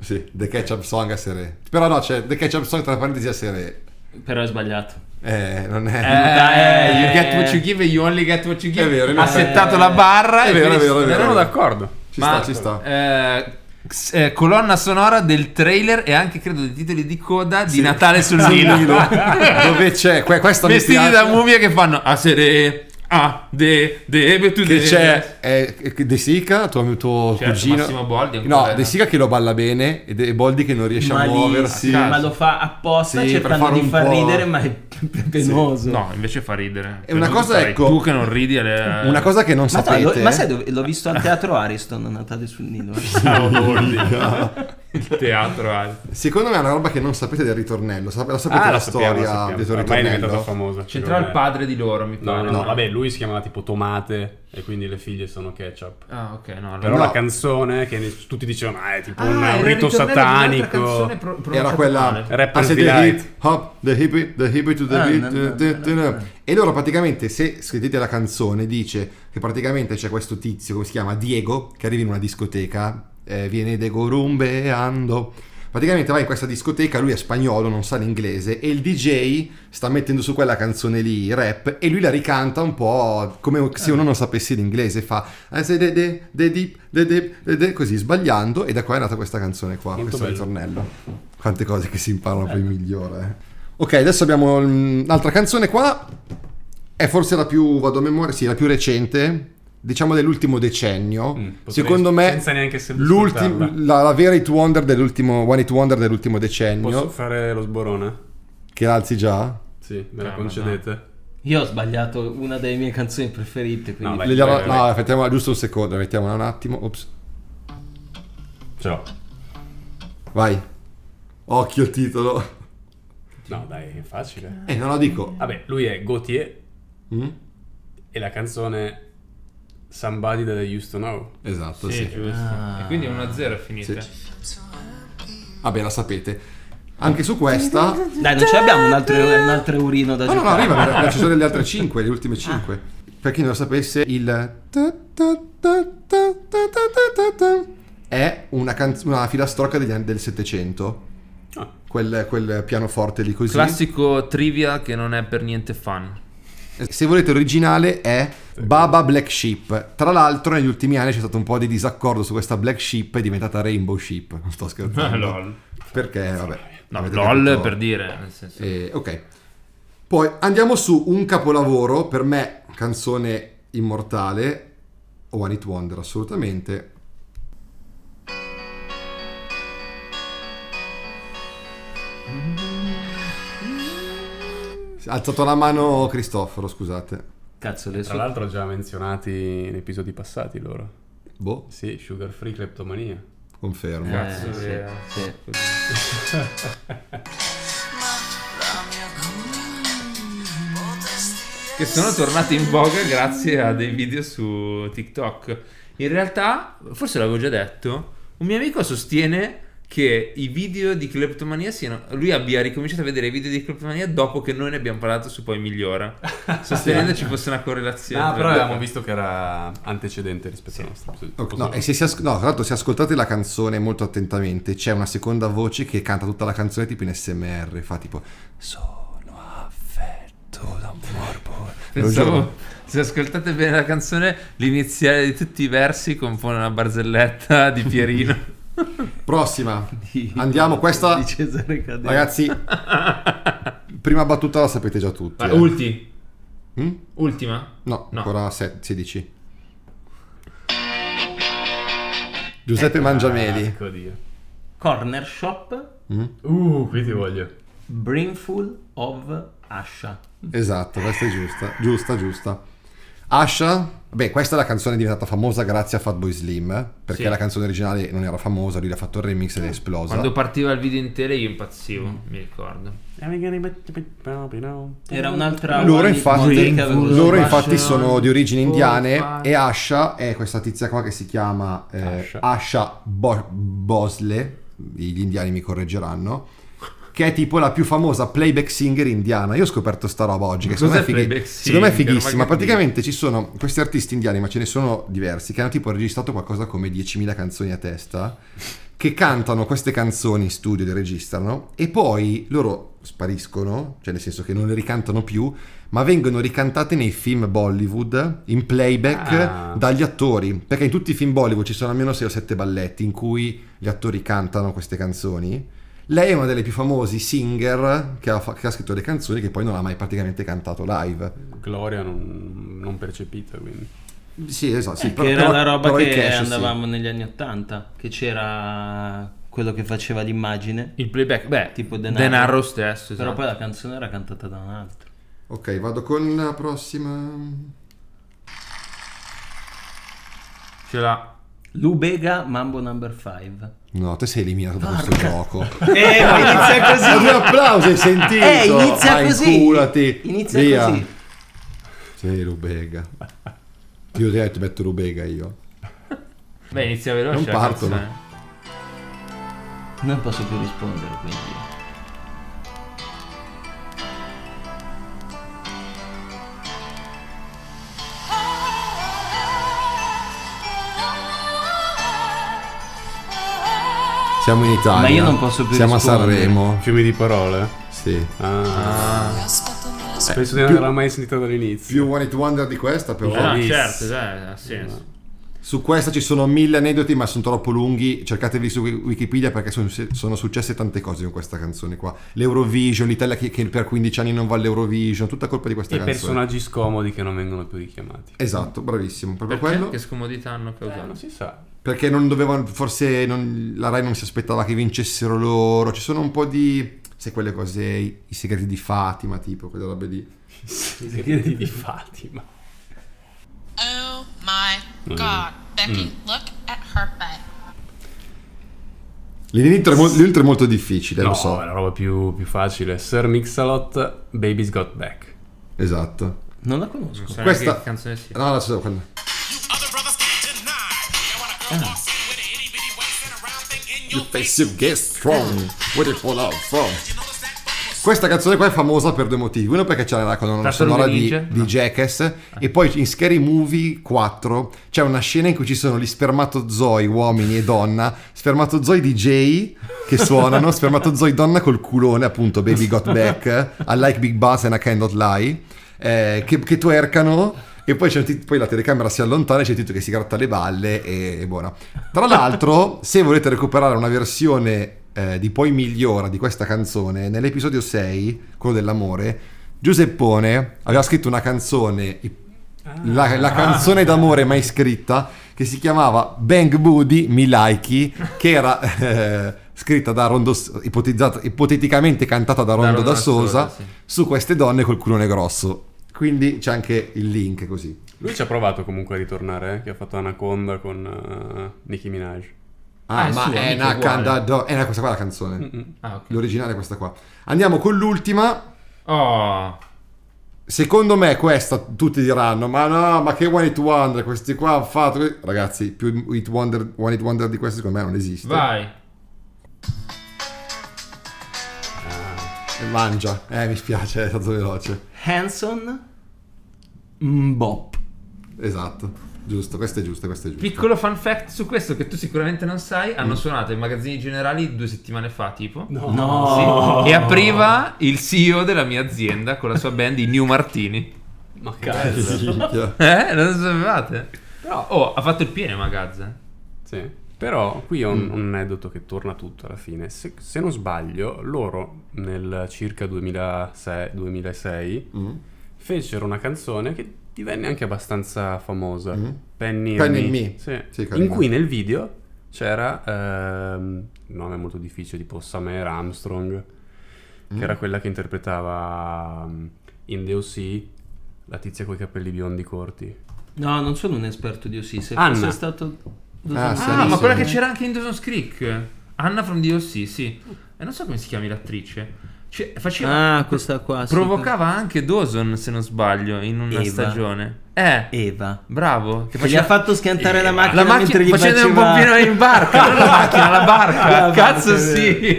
B: Sì, The Ketchup Song a sere. Però no, c'è The Ketchup Song tra parentesi a sere.
D: però è sbagliato.
B: Eh, non è... *laughs*
A: Eh,
D: Eh,
A: you get what you give e you only get what you give.
B: È vero, è vero.
A: ha settato la barra.
B: È
A: e
B: vero,
A: quindi
B: è vero, è vero.
A: erano
C: Sono
A: d'accordo.
C: d'accordo.
B: Ci
A: Ma,
B: sta, ci sta.
A: eh, s- eh, colonna sonora del trailer e anche credo dei titoli di coda di Natale
B: *laughs*
A: sul Nilo. *laughs*
B: Dove c'è? que- Questa mi
A: Vestiti
B: piace.
A: da mummia che fanno "Ah, a sere a ah, de de be, tu, de-
B: che c'è eh, De Sica, tuo, tuo
A: Certo,
B: cugino.
A: Massimo Boldi ancora
B: No,
A: era.
B: De Sica che lo balla bene e De- Boldi che non riesce a
D: Malissimo,
B: muoversi.
D: ma lo fa apposta
B: Sì, per
D: cercando
B: fare
D: di
B: un
D: far
B: po'-
D: ridere, ma è *laughs* penoso.
A: No, invece fa ridere.
B: E una
A: Penoso
B: cosa,
A: sarei
B: ecco,
A: tu che non ridi alle
B: Una cosa che non
D: Ma, dai,
B: sapete.
D: lo- ma sai dove l'ho visto al teatro Ariston a Natale sul *laughs* Nilo?
A: Ciao, Boldi. Il teatro eh. Ale.
B: Secondo me è una roba che non sapete del ritornello. Sap- la sapete
C: *laughs* Ah,
B: la,
C: lo sappiamo, lo
B: storia
C: sappiamo.
B: del tuo
C: Ormai è diventata
B: ritornello?
C: famosa.
A: C'entrava il
C: Cioè,
A: padre di loro, mi
C: No,
A: pare.
C: no, no, vabbè, lui si chiamava tipo Tomate e quindi le figlie sono ketchup.
A: Ah, ok, no. allora-
C: Però
B: No.
C: la canzone che ne- tutti dicevano ah, è tipo
A: Ah,
C: un
A: era il
C: rito
A: ritornello di un'altra canzone
C: satanico.
A: pro-
B: Era
A: pronunciata
B: quella
A: male.
C: Rapper's
B: Ah, se the
C: Delight.
B: hip hop, the hippie, the hippie to the
D: Ah,
B: beat,
D: no,
B: tu-
D: no,
B: tu- tu-
D: no,
B: tu-
D: no.
B: E loro praticamente, se scrivete la canzone, dice che praticamente c'è questo tizio, come si chiama Diego, che arriva in una discoteca, eh, viene de gorumbeando. Praticamente va in questa discoteca, lui è spagnolo, non sa l'inglese, e il DJ sta mettendo su quella canzone lì, rap, e lui la ricanta un po' come se
C: Eh.
B: uno non sapesse l'inglese, fa "Ah, se de de de dip, de de de de", così sbagliando, e da qua è nata questa canzone qua,
C: Molto
B: questo
C: bello.
B: ritornello. Quante cose che si imparano poi migliore. eh. Ok, adesso abbiamo mm, un'altra canzone qua, è forse la più, vado a memoria, sì, la più recente, diciamo dell'ultimo decennio,
C: Mm, potrei-
B: secondo me
C: senza neanche se-
B: l'ultim-
C: ascoltarla.
B: la, la vera hit wonder dell'ultimo One Hit Wonder dell'ultimo decennio
C: Posso fare lo sborone?
B: che alzi già
C: Sì, me
A: Ah,
C: la
A: ma
C: concedete?
D: Io ho sbagliato una delle mie canzoni preferite, quindi...
C: No, vai.
B: Le diamo-
C: vai, vai.
B: no, aspettiamo giusto un secondo, mettiamola un attimo. Ops.
C: Ciao.
B: Vai. Occhio il titolo.
C: No, dai, è facile.
B: Eh, non lo dico.
C: Vabbè, lui è Gautier
B: Mm?
C: e la canzone Somebody That I Used To Know.
B: Esatto,
A: Sì,
B: sì.
A: giusto. E Eh, quindi 1-0 è finita.
B: Sì. Vabbè, la sapete. Anche su questa... No,
D: Dai, non ce l'abbiamo un altro, un altro urino da
B: no, no,
D: giocare.
B: arriva, perché ci sono le altre 5, le ultime 5. Per chi non lo sapesse, il... È una, canz- una filastrocca degli anni del Settecento.
C: Ah.
B: Quel, quel pianoforte lì così.
A: Classico trivia che non è per niente fan.
B: Eh, Se volete originale è Baba Black Sheep. Tra l'altro negli ultimi anni c'è stato un po' di disaccordo su questa Black Sheep è diventata Rainbow Sheep. Non sto
C: Ah,
B: scherzando.
A: *laughs* LOL.
B: Perché vabbè.
A: No,
B: avete
A: LOL
B: capito.
A: per dire, nel senso.
B: Eh, ok. Poi andiamo su un capolavoro, per me canzone immortale, One It Wonder assolutamente. Ha alzato la mano Cristoforo, scusate.
D: Cazzo, le
C: Tra
D: sue...
C: l'altro già menzionati in episodi passati loro.
B: Boh,
C: Sì, Sugar Free Kleptomania.
B: confermo.
A: Cazzo,
D: sì,
A: eh.
D: sì.
A: Che sono tornate in voga grazie a dei video su TikTok. In realtà, forse l'avevo già detto, un mio amico sostiene che i video di Kleptomania siano... Lui abbia ricominciato a vedere i video di Kleptomania dopo che noi ne abbiamo parlato su Poi *laughs* Migliora. Sostenendo ci fosse una correlazione. tra
C: No, Ah, però
A: le
C: avevamo
A: due.
C: visto che era antecedente rispetto al nostro episodio.
B: Ok, No, e se si as- no, tra l'altro, se ascoltate la canzone molto attentamente, c'è una seconda voce che canta tutta la canzone tipo in SMR. Fa tipo.
A: Pensavo, se ascoltate bene la canzone, l'iniziale di tutti i versi compone una barzelletta di Pierino.
B: Prossima. Andiamo, questa-
D: Di Cesare Cadena.
B: Ragazzi, prima battuta la sapete già tutti. eh.
A: Ulti, Hm?
B: Mm?
A: ultima?
B: No,
A: No.
B: ancora se- 16. Giuseppe Mangiameli.
C: Ecco Dio.
D: Corner Shop,
C: Uh, qui ti voglio.
D: Brimful of Asha.
B: Esatto, questa è giusta. Giusta, giusta. Asha, beh, questa è la canzone diventata famosa grazie a Fatboy Slim, eh, perché
A: Sì.
B: la canzone originale non era famosa, lui l'ha fatto il remix ed è esplosa.
A: Quando partiva il video intero io impazzivo, mi ricordo.
D: Era un'altra...
B: Loro
D: One Hit Wonder
B: infatti,
D: che avevo
B: loro
D: sbagliato.
B: infatti sono di origini indiane
A: Orfani.
B: e Asha è questa tizia qua che si chiama eh,
C: Asha.
B: Asha Bo- Bosle, gli indiani mi correggeranno, che è tipo la più famosa playback singer indiana. Io ho scoperto sta roba oggi, che secondo me, è
A: Cos'è
B: fighi-
A: playback
B: secondo me è
A: singer? Ma
B: fighissima.
A: che
B: Praticamente ci sono questi artisti indiani, ma ce ne sono diversi, che hanno tipo registrato qualcosa come 10.000 canzoni a testa che cantano queste canzoni in studio, le registrano e poi loro spariscono, cioè nel senso che non le ricantano più, ma vengono ricantate nei film Bollywood in playback
C: Ah.
B: dagli attori, perché in tutti i film Bollywood ci sono almeno 6 o 7 balletti in cui gli attori cantano queste canzoni. Lei è una delle più famosi singer che ha, fa- che ha scritto le canzoni che poi non ha mai praticamente cantato live.
C: Gloria non, non percepita, quindi.
B: Sì, esatto, sì,
D: Eh,
B: però-
D: che era
B: però-
D: la roba
B: però i
D: che
B: Cash, sì.
D: andavamo negli anni 80, che c'era quello che faceva l'immagine,
A: Il playback, beh,
D: tipo
A: denaro,
D: denaro.
A: stesso.
D: però
A: esatto.
D: poi la canzone era cantata da un altro.
B: Ok, vado con la prossima.
A: Ce l'ha.
D: Lubega Mambo Number 5.
B: No, te sei eliminato da questo gioco.
D: Eh, ma inizia così.
B: Ma due applausi hai
D: *laughs*
B: sentito?
D: Eh, inizia
B: Vai,
D: così.
B: inculati.
D: Inizia
B: Via.
D: così.
B: Sei Rubega. Io direi ti metto Rubega io.
A: Beh, inizia veloce.
B: Non
A: la
B: partono.
A: canzone.
D: Non posso più rispondere, quindi.
B: Siamo in Italia.
D: Ma io non posso più
B: Siamo
D: rispondere.
B: a Sanremo.
C: Fiumi di parole.
B: Sì.
C: Ah,
F: Ascoltami
C: penso di non averla mai sentita dall'inizio.
B: Più One It Wonder di questa però.
A: Ah, no,
C: Bravissimo.
A: certo, dai, ha senso.
B: Su questa ci sono mille aneddoti, ma sono troppo lunghi. Cercatevi su Wikipedia perché sono, sono successe tante cose con questa canzone qua. L'Eurovision, l'Italia che, che per 15 anni non va all'Eurovision, tutta colpa di questa
C: E
B: canzone.
C: personaggi scomodi che non vengono più richiamati.
B: Esatto, bravissimo. Proprio
A: Perché?
B: quello.
A: Che scomodità hanno
C: Eh,
A: causato?
C: non si sa.
B: Perché non dovevano, forse non- la Rai non si aspettava che vincessero loro. Ci sono un po' di. Sai quelle cose, i, i segreti di Fatima, tipo, quelle robe lì.
C: I segreti di Fatima.
G: Oh my
C: Mm.
G: god. Becky, look at her butt.
B: L'inizio è, mo- l'inizio è molto difficile,
C: no,
B: Eh, lo so.
C: è la roba più, più facile. Sir Mixalot, Baby's Got Back.
B: Esatto.
D: Non la conosco.
A: Sarà
B: Questa-
A: che canzone sia.
B: No, la so quella.
A: Ah.
B: You face you get strong, *laughs* where it fall out from. Questa canzone qua è famosa per due motivi. Uno perché c'è la colonna
A: Tartarughe
B: sonora di,
A: Ninja?
B: di
A: No.
B: Jackass e poi in Scary Movie 4 c'è una scena in cui ci sono gli spermatozoi, uomini e donna, spermatozoi di Jay che suonano, spermatozoi donna col culone appunto, Baby Got Back, I Like Big Buzz and I Cannot Lie, eh, che, che twercano e poi, c'è un tit- poi la telecamera si allontana e c'è il titolo che si gratta le balle e, e buona. Tra *laughs* l'altro, se volete recuperare una versione eh, di poi migliora di questa canzone, nell'episodio 6, quello dell'amore, Giuseppone aveva scritto una canzone, i- la, la canzone d'amore mai scritta, che si chiamava Bang Booty Mi Likey, che era *laughs* eh, scritta da Rondo, ipotizzata, ipoteticamente cantata da Rondo da, Sosa,
A: sì.
B: su queste donne col culone grosso. Quindi c'è anche il link così.
C: Lui ci ha provato comunque a ritornare, eh, che ha fatto Anaconda con eh, Nicki
A: Ah,
C: Minaj.
B: Ah,
A: è
B: ma
A: suo,
B: è
A: mica
B: una
A: uguale.
B: candado- È una- questa qua è la canzone.
C: Mm-mm.
A: Ah, ok.
B: L'originale è questa qua. Andiamo con l'ultima.
A: Oh,
B: Secondo me questa tutti diranno, ma no, ma che One It Wonder, questi qua hanno fatto... que-" Ragazzi, più It Wonder, One It Wonder di questo secondo me non esiste.
A: vai.
B: E Mangia. Eh, mi spiace, è stato veloce.
D: Hanson Mbop.
B: Esatto, giusto, questo è giusto, questo è giusto.
A: Piccolo fun fact su questo che tu sicuramente non sai, hanno suonato ai magazzini generali due settimane fa, tipo.
C: No.
D: No.
A: Sì. E apriva il CEO della mia azienda con la sua band, i New Martini.
C: Ma cazzo.
B: Minchia.
A: Eh? Non lo sapevate?
C: Però,
A: Oh, ha fatto il pieno Magazza.
C: sì. Però qui ho
B: Mm.
C: un, un aneddoto che torna tutto alla fine. Se, se non sbaglio, loro nel circa 2006, 2006
B: Mm.
C: fecero una canzone che divenne anche abbastanza famosa.
B: Mm.
C: Penny, and
B: Penny
C: Me.
B: and Me.
C: Sì.
B: Sì, carina.
C: in cui nel video c'era ehm, un nome molto difficile tipo Summer Armstrong,
B: Mm.
C: che era quella che interpretava ehm, in The O.C. la tizia con i capelli biondi corti.
D: No, non sono un esperto di OC. Se
C: Anna.
D: fosse stato.
B: Ah, sì,
A: Ah, ma
B: sì.
A: quella che c'era anche in Dawson's Creek. Anna from DOC, sì. E non so come si chiami l'attrice. Cioè, faceva...
D: Ah, questa qua. sì.
A: provocava anche Dawson, se non sbaglio, in una
D: Eva.
A: stagione. Eh,
D: Eva.
A: bravo. Che
D: Che gli ha fatto schiantare la macchina
A: la macchina
D: mentre gli
A: facendo un
D: faceva-
A: pompino in barca, non *laughs* la macchina, la barca.
D: La
A: Cazzo,
D: barca,
A: sì. *laughs*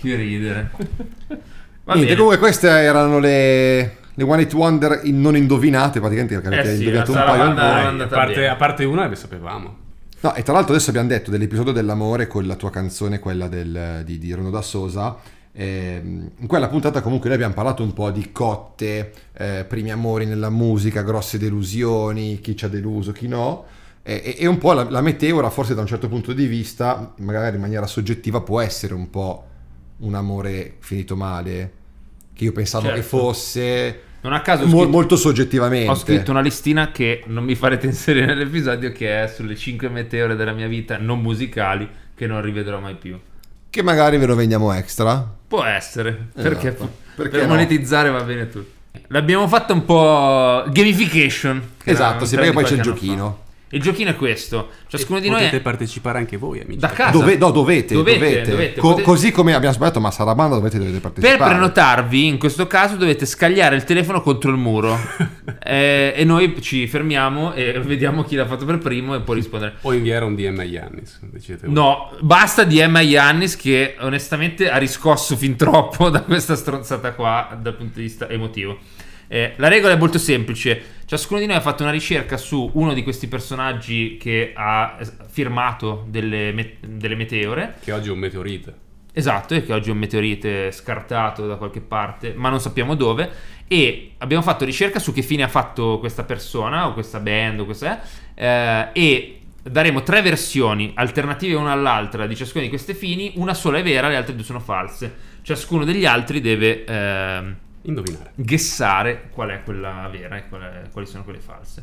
A: che ridere. Va
B: Niente,
A: bene.
B: comunque queste erano le, le One It Wonder in- non indovinate, praticamente perché avete
A: Eh sì,
B: indovinato
A: la
B: un paio.
A: Salamandra-
B: voi.
A: è
C: Dai, a,
A: andata
C: parte,
A: bene.
C: a parte una le sapevamo.
B: No, e tra l'altro adesso abbiamo detto dell'episodio dell'amore con la tua canzone, quella del- di, di Rono da Sosa. Ehm, in quella puntata comunque noi abbiamo parlato un po' di cotte, eh, primi amori nella musica, grosse delusioni, chi ci ha deluso, chi no. E, e- e un po' la, la meteora, forse da un certo punto di vista, magari in maniera soggettiva, può essere un po' un amore finito male, che io pensavo
A: Certo.
B: che fosse,
A: Non a caso ho
B: mo-
A: scritto-
B: molto soggettivamente.
A: Ho scritto una listina che non mi farete *laughs* inserire nell'episodio, che è sulle 5 meteore della mia vita non musicali che non rivedrò mai più.
B: Che magari ve lo vendiamo extra.
A: Può essere, perché,
B: Esatto. Perché
A: per
B: no?
A: monetizzare va bene tutto. L'abbiamo fatta un po' gamification. che era
B: Esatto,
A: un
B: sì,
A: trend
B: perché poi
A: di
B: c'è il
A: qualche anno
B: giochino.
A: fa. Il giochino è questo. Ciascuno di noi
C: Potete
A: è
C: partecipare anche voi, amici.
A: da casa.
B: Dove- no, dovete,
A: Dovete,
B: dovete.
A: dovete.
B: Co-
A: Potete-
B: Così come abbiamo sbagliato, ma Sarabanda dovete, dovete partecipare.
A: Per prenotarvi, in questo caso dovete scagliare il telefono contro il muro. Eh, e noi ci fermiamo e vediamo chi l'ha fatto per primo e può rispondere.
C: O inviare un DM a Yannis, decidete voi.
A: No, basta di Emma Yannis che onestamente ha riscosso fin troppo da questa stronzata qua dal punto di vista emotivo. Eh, la regola è molto semplice, ciascuno di noi ha fatto una ricerca su uno di questi personaggi che ha eh, firmato delle, me- delle meteore
C: Che oggi è un meteorite.
A: Esatto, e che oggi è un meteorite scartato da qualche parte, ma non sappiamo dove. E abbiamo fatto ricerca su che fine ha fatto questa persona o questa band o questa eh, e daremo tre versioni alternative una all'altra di ciascuna di queste fini, una sola è vera, le altre due sono false. Ciascuno degli altri deve ehm,
C: Indovinare.
A: guessare qual è quella vera e qual è- quali sono quelle false.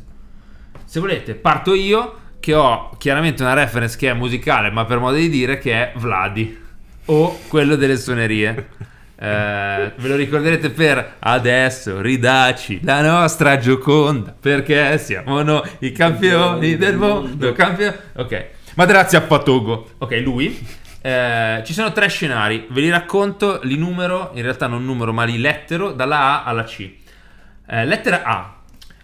A: Se volete, parto io che ho chiaramente una reference che è musicale, ma per modo di dire che è Vladi o quello delle suonerie. Eh, ve lo ricorderete per adesso ridaci la nostra gioconda perché siamo noi i campioni del mondo. Campio- ok, ma grazie a Patogo. Ok, lui. Eh, ci sono tre scenari, ve li racconto, li numero, in realtà non numero, ma li lettero dalla A alla C. Eh, lettera A.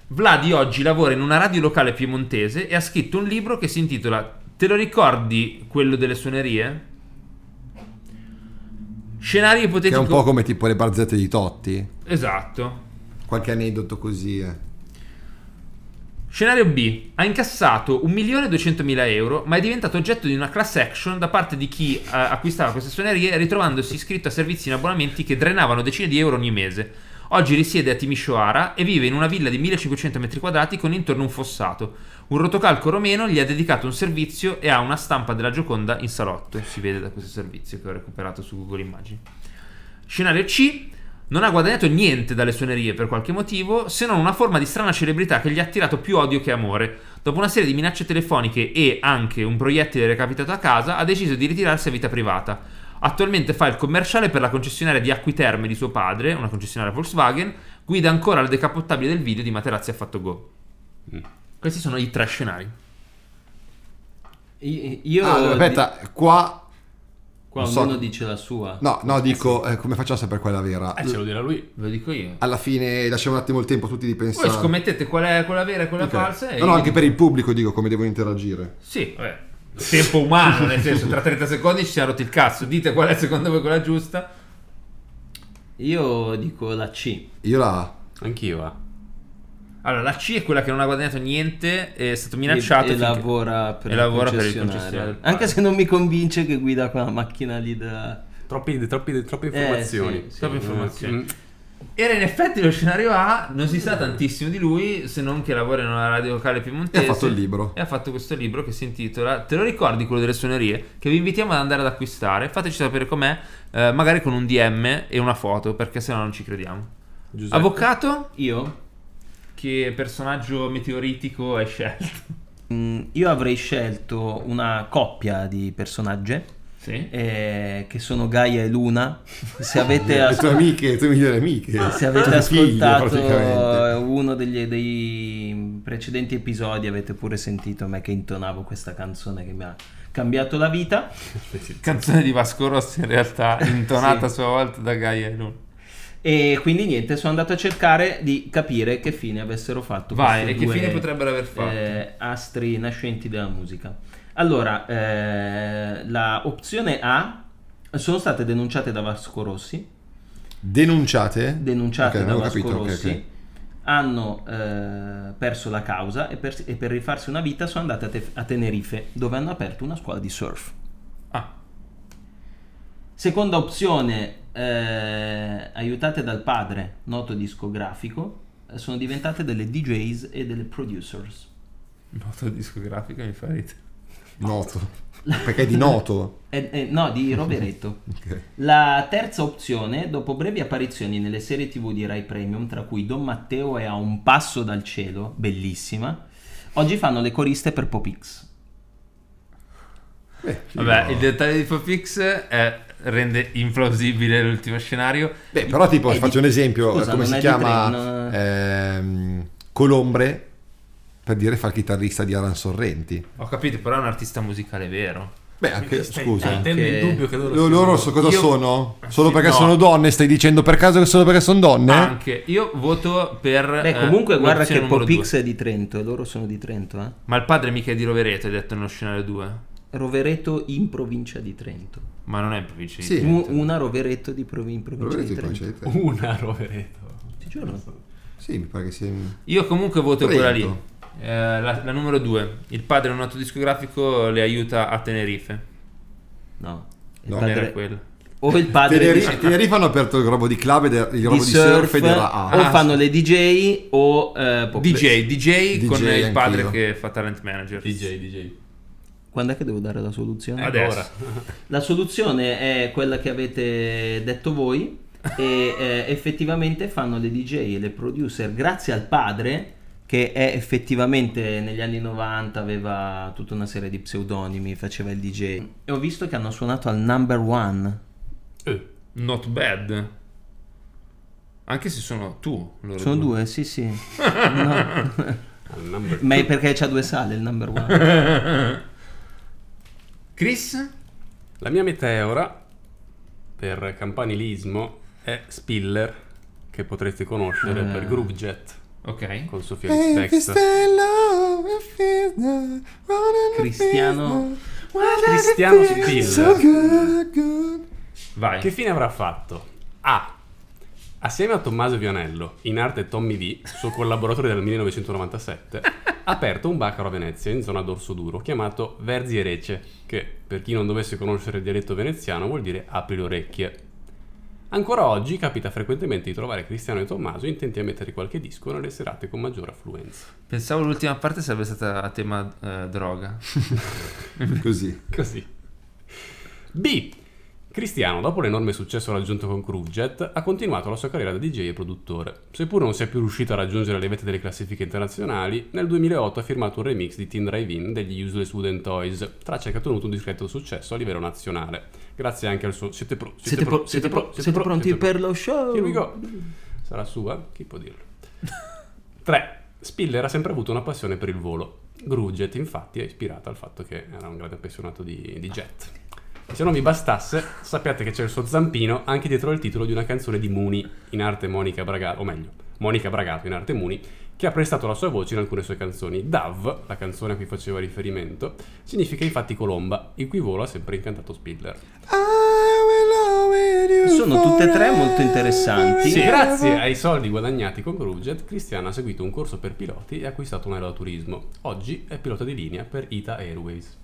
A: Vladi oggi lavora in una radio locale piemontese e ha scritto un libro che si intitola Te lo ricordi quello delle suonerie? Scenario
B: Che è
A: ipotetico.
B: un po' come tipo le barzette di Totti.
A: Esatto.
B: Qualche aneddoto così. eh.
A: Scenario B. Ha incassato 1.200.000 euro, ma è diventato oggetto di una class action da parte di chi eh, acquistava queste suonerie ritrovandosi iscritto a servizi in abbonamenti che drenavano decine di euro ogni mese. Oggi risiede a Timisoara e vive in una villa di 1.500 metri quadrati con intorno un fossato. Un rotocalco romeno gli ha dedicato un servizio e ha una stampa della Gioconda in salotto. Si vede da questo servizio che ho recuperato su Google Immagini. Scenario C. Non ha guadagnato niente dalle suonerie per qualche motivo, se non una forma di strana celebrità che gli ha attirato più odio che amore. Dopo una serie di minacce telefoniche e anche un proiettile recapitato a casa, ha deciso di ritirarsi a vita privata. Attualmente fa il commerciale per la concessionaria di Acquiterme di suo padre, una concessionaria Volkswagen, guida ancora la decapottabile del video di Materazzi affatto go. Questi sono i tre scenari.
D: I- Io...
B: Ah, allora, aspetta, qua.
D: Qua
B: non so-
D: ognuno dice la sua.
B: No, no, dico eh, come facciamo a sapere quella vera.
C: Eh, ce lo dirà lui.
A: Ve lo dico io.
B: Alla fine lasciamo un attimo il tempo a tutti di pensare.
A: Voi scommettete qual è quella vera e quella
B: Ok.
A: falsa. e
B: No, no,
A: io
B: anche
A: dico-
B: per il pubblico dico come devono interagire.
A: Sì, vabbè. Tempo umano, nel senso, tra 30 secondi ci siamo rotti il cazzo. Dite qual è secondo voi quella giusta.
D: Io dico la C.
B: Io la.
C: Anch'io, ah. va.
A: Allora, la C è quella che non ha guadagnato niente, è stato minacciato
D: e, e
A: finché-
D: lavora per,
A: e lavora per il
D: concessionario.
A: concessionario del
D: Anche se non mi convince che guida quella macchina lì da...
C: Troppi- troppi- troppe
D: Eh,
C: informazioni.
D: sì, sì.
A: Troppe informazioni.
C: Mm.
A: Era in effetti lo scenario A, non si sa tantissimo di lui, se non che lavora in una radio locale piemontese.
B: E ha fatto il libro.
A: E ha fatto questo libro che si intitola Te lo ricordi quello delle suonerie? Che vi invitiamo ad andare ad acquistare. Fateci sapere com'è, eh, magari con un DM e una foto, perché sennò non ci crediamo.
B: Esatto.
C: Giuseppe.
A: Avvocato,
D: Io?
A: che personaggio meteoritico hai scelto?
D: Mm, Io avrei scelto una coppia di personaggi
A: Sì.
D: eh, che sono Gaia e Luna. Se avete,
B: *laughs* Le
D: as-
B: tue amiche, le tue migliori amiche.
D: se avete
B: Le tue figlie, praticamente.
D: ascoltato uno degli, dei precedenti episodi, avete pure sentito me che intonavo questa canzone che mi ha cambiato la vita.
A: Canzone di Vasco Rossi in *laughs* realtà intonata
D: Sì.
A: a sua volta da Gaia e Luna.
D: E quindi niente, sono andato a cercare di capire che fine avessero fatto.
A: Vai,
D: queste
A: e che
D: due,
A: fine potrebbero aver fatto?
D: eh, astri nascenti della musica. Allora, eh, la opzione A sono state denunciate da Vasco Rossi,
B: Denunciate?
D: denunciate
B: Ok,
D: da
B: non ho
D: Vasco
B: capito, ok,
D: Rossi,
B: ok.
D: hanno eh, perso la causa e per, e per rifarsi una vita sono andate a, Te- a Tenerife, dove hanno aperto una scuola di surf.
A: Ah,
D: Seconda opzione, eh, aiutate dal padre, noto discografico, eh, sono diventate delle DJs e delle producers.
A: noto discografico mi fa ridere.
B: Noto. Perché è di noto.
D: Eh, eh, no, *laughs* di Rovereto.
B: Ok.
D: La terza opzione, dopo brevi apparizioni nelle serie tv di Rai Premium, tra cui Don Matteo è a un passo dal cielo, bellissima, oggi fanno le coriste per Popix.
B: Beh, sì,
A: Vabbè,
B: no.
A: il dettaglio di Popix è- rende implausibile l'ultimo scenario.
B: Beh, però tipo,
D: è Eh, di-
B: faccio un esempio,
D: scusa,
B: come
D: non
B: si
D: è di
B: chiama?
D: Trento, no.
B: Ehm, Colombre, per dire fa il chitarrista di Aran Sorrenti.
A: Ho capito, però è un artista musicale vero.
B: Beh, anche,
C: Stai
B: scusa.
C: mettendo in
D: Anche-
C: dubbio che loro
B: Lo-
C: siano-
B: Loro so cosa
A: Io-
B: sono? Solo
A: Sì,
B: perché
A: no. Ah.
B: sono donne? Stai dicendo per caso che solo perché sono
A: Eh?
B: donne?
A: Anche io voto per.
D: Beh,
A: eh,
D: comunque guarda
A: l'opzione
D: che
A: numero
D: Popix
A: due.
D: è di Trento e loro sono di Trento, eh.
A: Ma il padre mica è di Rovereto, hai detto nello scenario 2.
D: Rovereto in provincia di Trento.
A: Ma non è in provincia di
B: Sì.
A: Trento.
D: U- una Rovereto di provi- in provincia
B: Allora
D: di
B: ti
D: Trento.
B: concedi te.
C: *laughs* Una Rovereto.
D: Ti giuro.
B: cioè, Sì, mi pare che sia...
A: Io comunque voto
B: Trento.
A: quella lì. Eh, la, la numero 2. Il padre, un noto discografico, le aiuta a Tenerife.
D: No. Il
A: Non
D: padre-
A: era quella.
D: o il
A: Ah,
D: padre di-
B: Teneri- Tenerife hanno aperto il robo di club, ed è- il robo
D: di
B: di, Ah. surf,
D: surf,
B: ed era A.
D: o fanno le DJ o eh, pop-
A: DJ, DJ,
B: DJ
A: con il padre
B: anch'io.
A: che fa talent manager.
C: DJ, DJ.
D: Quando è che devo dare la soluzione?
A: Adesso.
D: La soluzione è quella che avete detto voi e eh, effettivamente fanno le DJ e le producer grazie al padre che è effettivamente negli anni 90 aveva tutta una serie di pseudonimi, faceva il DJ. E ho visto che hanno suonato al number one.
C: Eh,
A: Not bad. Anche se sono tu. loro
D: Sono due, sì *laughs* sì. No.
C: al number-
D: Ma è perché c'ha due sale il number one.
A: Chris?
C: La mia meteora per campanilismo è Spiller, che potrete conoscere per Groovejet
A: Ok.
C: col suo fiore di text.
D: *laughs* Cristiano.
C: Cristiano Spiller.
A: Vai.
C: Che fine avrà fatto? A. Assieme a Tommaso Vionello, in arte Tommy V, suo collaboratore dal 1997, ha aperto un baccaro a Venezia in zona d'Orso Duro chiamato Verzi e Rece, che per chi non dovesse conoscere il dialetto veneziano vuol dire apri le orecchie. Ancora oggi capita frequentemente di trovare Cristiano e Tommaso intenti a mettere qualche disco nelle serate con maggiore affluenza.
A: Pensavo l'ultima parte sarebbe stata a tema eh, droga.
B: Così.
C: *laughs* Così. B. Cristiano, dopo l'enorme successo raggiunto con Groovejet, ha continuato la sua carriera da DJ e produttore. Seppur non sia più riuscito a raggiungere le vette delle classifiche internazionali, nel 2008 ha firmato un remix di Teen Drive In degli Useless Wooden Toys, traccia che ha ottenuto un discreto successo a livello nazionale. Grazie anche al suo... Siete, pro,
D: Siete, pro- siete pro- siete pronti per lo show?
C: Here we go. Sarà sua? Chi può dirlo? 3. Spiller ha sempre avuto una passione per il volo. Grugget, infatti, è ispirata al fatto che era un grande appassionato di, di jet. E se non vi bastasse, sappiate che c'è il suo zampino anche dietro al titolo di una canzone di Muni, in arte Monica Bragato, o meglio, Monica Bragato in arte Muni, che ha prestato la sua voce in alcune sue canzoni. Dove, la canzone a cui faceva riferimento, significa infatti colomba, il cui volo ha sempre incantato Spiller.
D: Sono tutte e tre molto interessanti.
C: Sì, grazie ai soldi guadagnati con Grugget, Cristiano ha seguito un corso per piloti e ha acquistato un aeroturismo. Oggi è pilota di linea per Ita Airways.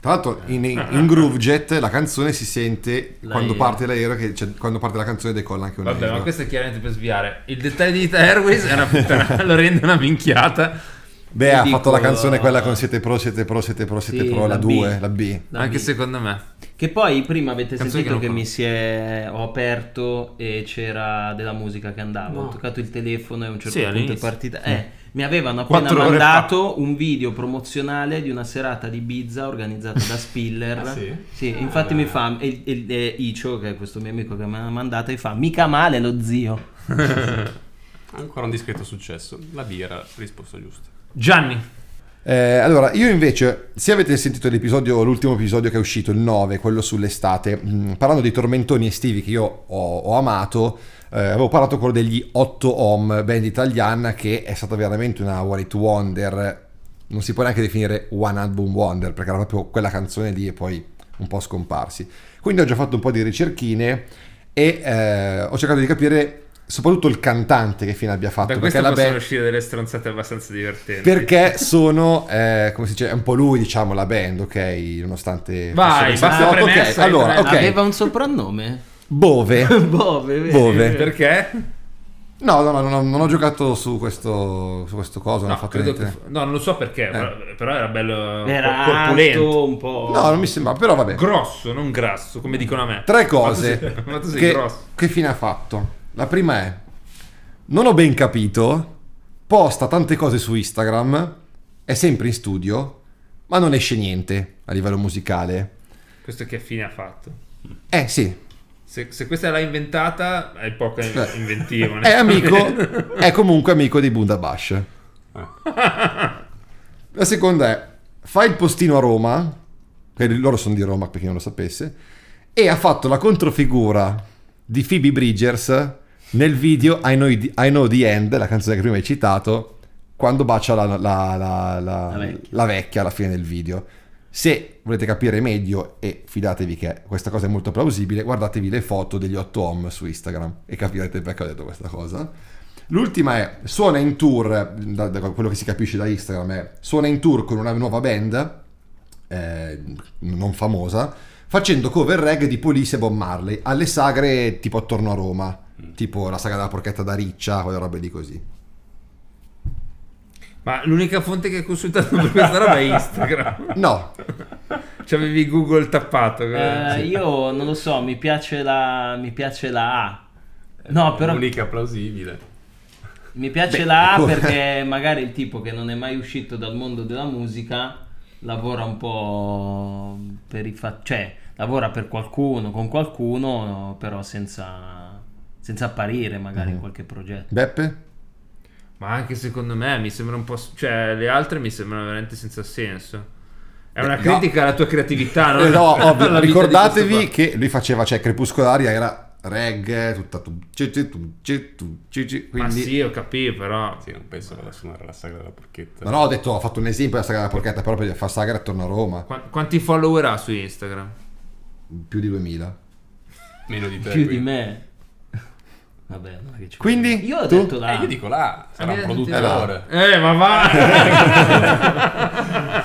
B: Tra l'altro in, in Groovejet la canzone si sente quando parte l'aereo, che, cioè, quando parte la canzone decolla anche un
A: *laughs* Vabbè,
B: aereo.
A: ma questo è chiaramente per sviare. Il dettaglio di Ita Airways è una puttana, lo rende una minchiata.
B: Beh,
D: Io
B: ha
D: dico-
B: fatto la canzone quella
A: eh.
B: con siete pro, siete pro, siete pro, siete
D: Sì,
B: pro, la
D: la B.
B: 2, la B.
D: La
A: Anche
D: B.
A: secondo me.
D: Che poi prima avete
A: Canzoni
D: sentito
A: che
D: che,
A: non
D: mi si è. ho aperto e c'era della musica che andava. Ho toccato il telefono e a un certo
A: Sì,
D: punto è
A: all'inizio. Mm.
D: partita. Eh, mi avevano appena
A: Quattro ore
D: mandato un video promozionale di una serata di Ibiza organizzata da Spiller.
C: *laughs* Ah, sì?
D: infatti
C: Ah.
D: mi fa. E, e- e Icio, che è questo mio amico che me l'ha mandata, e fa: Mica male lo zio.
C: Ancora un discreto successo. La B era la risposta giusta.
A: Gianni.
B: Eh, allora, io invece, se avete sentito l'episodio, l'ultimo episodio che è uscito, il 9, quello sull'estate, mh, parlando di tormentoni estivi che io ho, ho amato, eh, avevo parlato quello degli 8 Ohm, band italiana, che è stata veramente una One It Wonder, non si può neanche definire One Album Wonder, perché era proprio quella canzone lì e poi un po' scomparsi. Quindi ho già fatto un po' di ricerchine e eh, ho cercato di capire soprattutto il cantante che fine abbia fatto,
A: Da
B: Ah,
A: questo
B: perché la
A: possono
B: band...
A: uscire delle stronzate abbastanza divertenti.
B: Perché sono, eh, come si dice, è un po' lui, diciamo, la band, ok? Nonostante...
A: Vai,
B: fosse-
A: basta
B: Ah,
A: premessa,
B: ok, Allora,
A: entra-
B: ok.
D: Aveva un soprannome?
A: *laughs*
B: Bove.
D: Bove, vero?
B: Bove.
A: Perché?
B: No, no, no, no, non ho giocato su questo, su questo coso, non ho
A: No,
B: fatto
A: credo
B: niente. Eh.
A: che fu- no, non lo so perché, però- però era bello
D: Era
A: cor- corpulento.
D: alto un po'.
B: No, non mi sembra, però vabbè.
A: Grosso, non grasso, come dicono a me.
B: Tre
A: Ma tu
B: cose
A: sei, *laughs* ma tu sei
B: che,
A: grosso.
B: che fine ha fatto. La prima è, non ho ben capito, posta tante cose su Instagram, è sempre in studio, ma non esce niente a livello musicale.
A: Questo che fine ha fatto?
B: Eh sì,
A: Se, se questa l'ha inventata, è poca
B: Eh. *laughs*
A: inventiva.
B: è amico, è comunque amico di Bundabash.
C: Eh,
B: La seconda è, fa il postino a Roma, che loro sono di Roma per chi non lo sapesse, e ha fatto la controfigura di Phoebe Bridgers nel video I Know, I Know The End, la canzone che prima hai citato, quando bacia la, la- la- la-
D: La vecchia.
B: la vecchia alla fine del video. Se volete capire meglio, e fidatevi che questa cosa è molto plausibile, guardatevi le foto degli 8 home su Instagram e capirete perché ho detto questa cosa. L'ultima è, suona in tour, da, da quello che si capisce da Instagram, è, suona in tour con una nuova band, eh, non famosa, facendo cover reg di Police e Bob Marley alle sagre tipo attorno a Roma, tipo la saga della porchetta da riccia, quelle robe di così.
A: *laughs* Ma l'unica fonte che hai consultato per questa roba è
B: *laughs*
A: Instagram.
B: No,
A: C'avevi Google tappato.
D: Eh,
A: sì.
D: Io non lo so, mi piace la, mi piace la A. No, però
C: L'unica plausibile.
D: mi piace
B: Eh, Beh, ecco.
D: la A
B: come?
D: perché magari il tipo che non è mai uscito dal mondo della musica lavora un po' per i fatti, cioè lavora per qualcuno, con qualcuno, però senza, senza apparire magari
B: Eh.
D: in qualche progetto.
B: Beppe?
A: Ma anche secondo me mi sembra un po'. s- Cioè, le altre mi sembrano veramente senza senso. È una
B: Eh, no.
A: critica alla tua creatività, no?
B: Eh, no, ovvio,
A: *laughs* Alla vita di
B: ricordatevi
A: questo qua.
B: che lui faceva, cioè, crepuscolaria era reg, tutta tu, ci- ci- tu, ci- tu, ci- ci,
A: Ma
B: quindi...
A: sì, ho capito, però.
C: Sì, non penso vada a suonare la sagra della porchetta.
B: No, no, ho detto, ho fatto un esempio della saga della porchetta, però per far sagra attorno a Roma,
A: Qua- Quanti follower ha su Instagram?
B: più di 2000.
C: Meno di te.
D: Più
C: quindi.
D: di me. *laughs* Vabbè, non è che ci
B: Quindi,
D: Io ho
B: tu?
D: detto la
C: Eh,
D: A.
C: io dico là, sarà
A: Eh,
C: un
A: sì.
C: produttore.
A: Eh, ma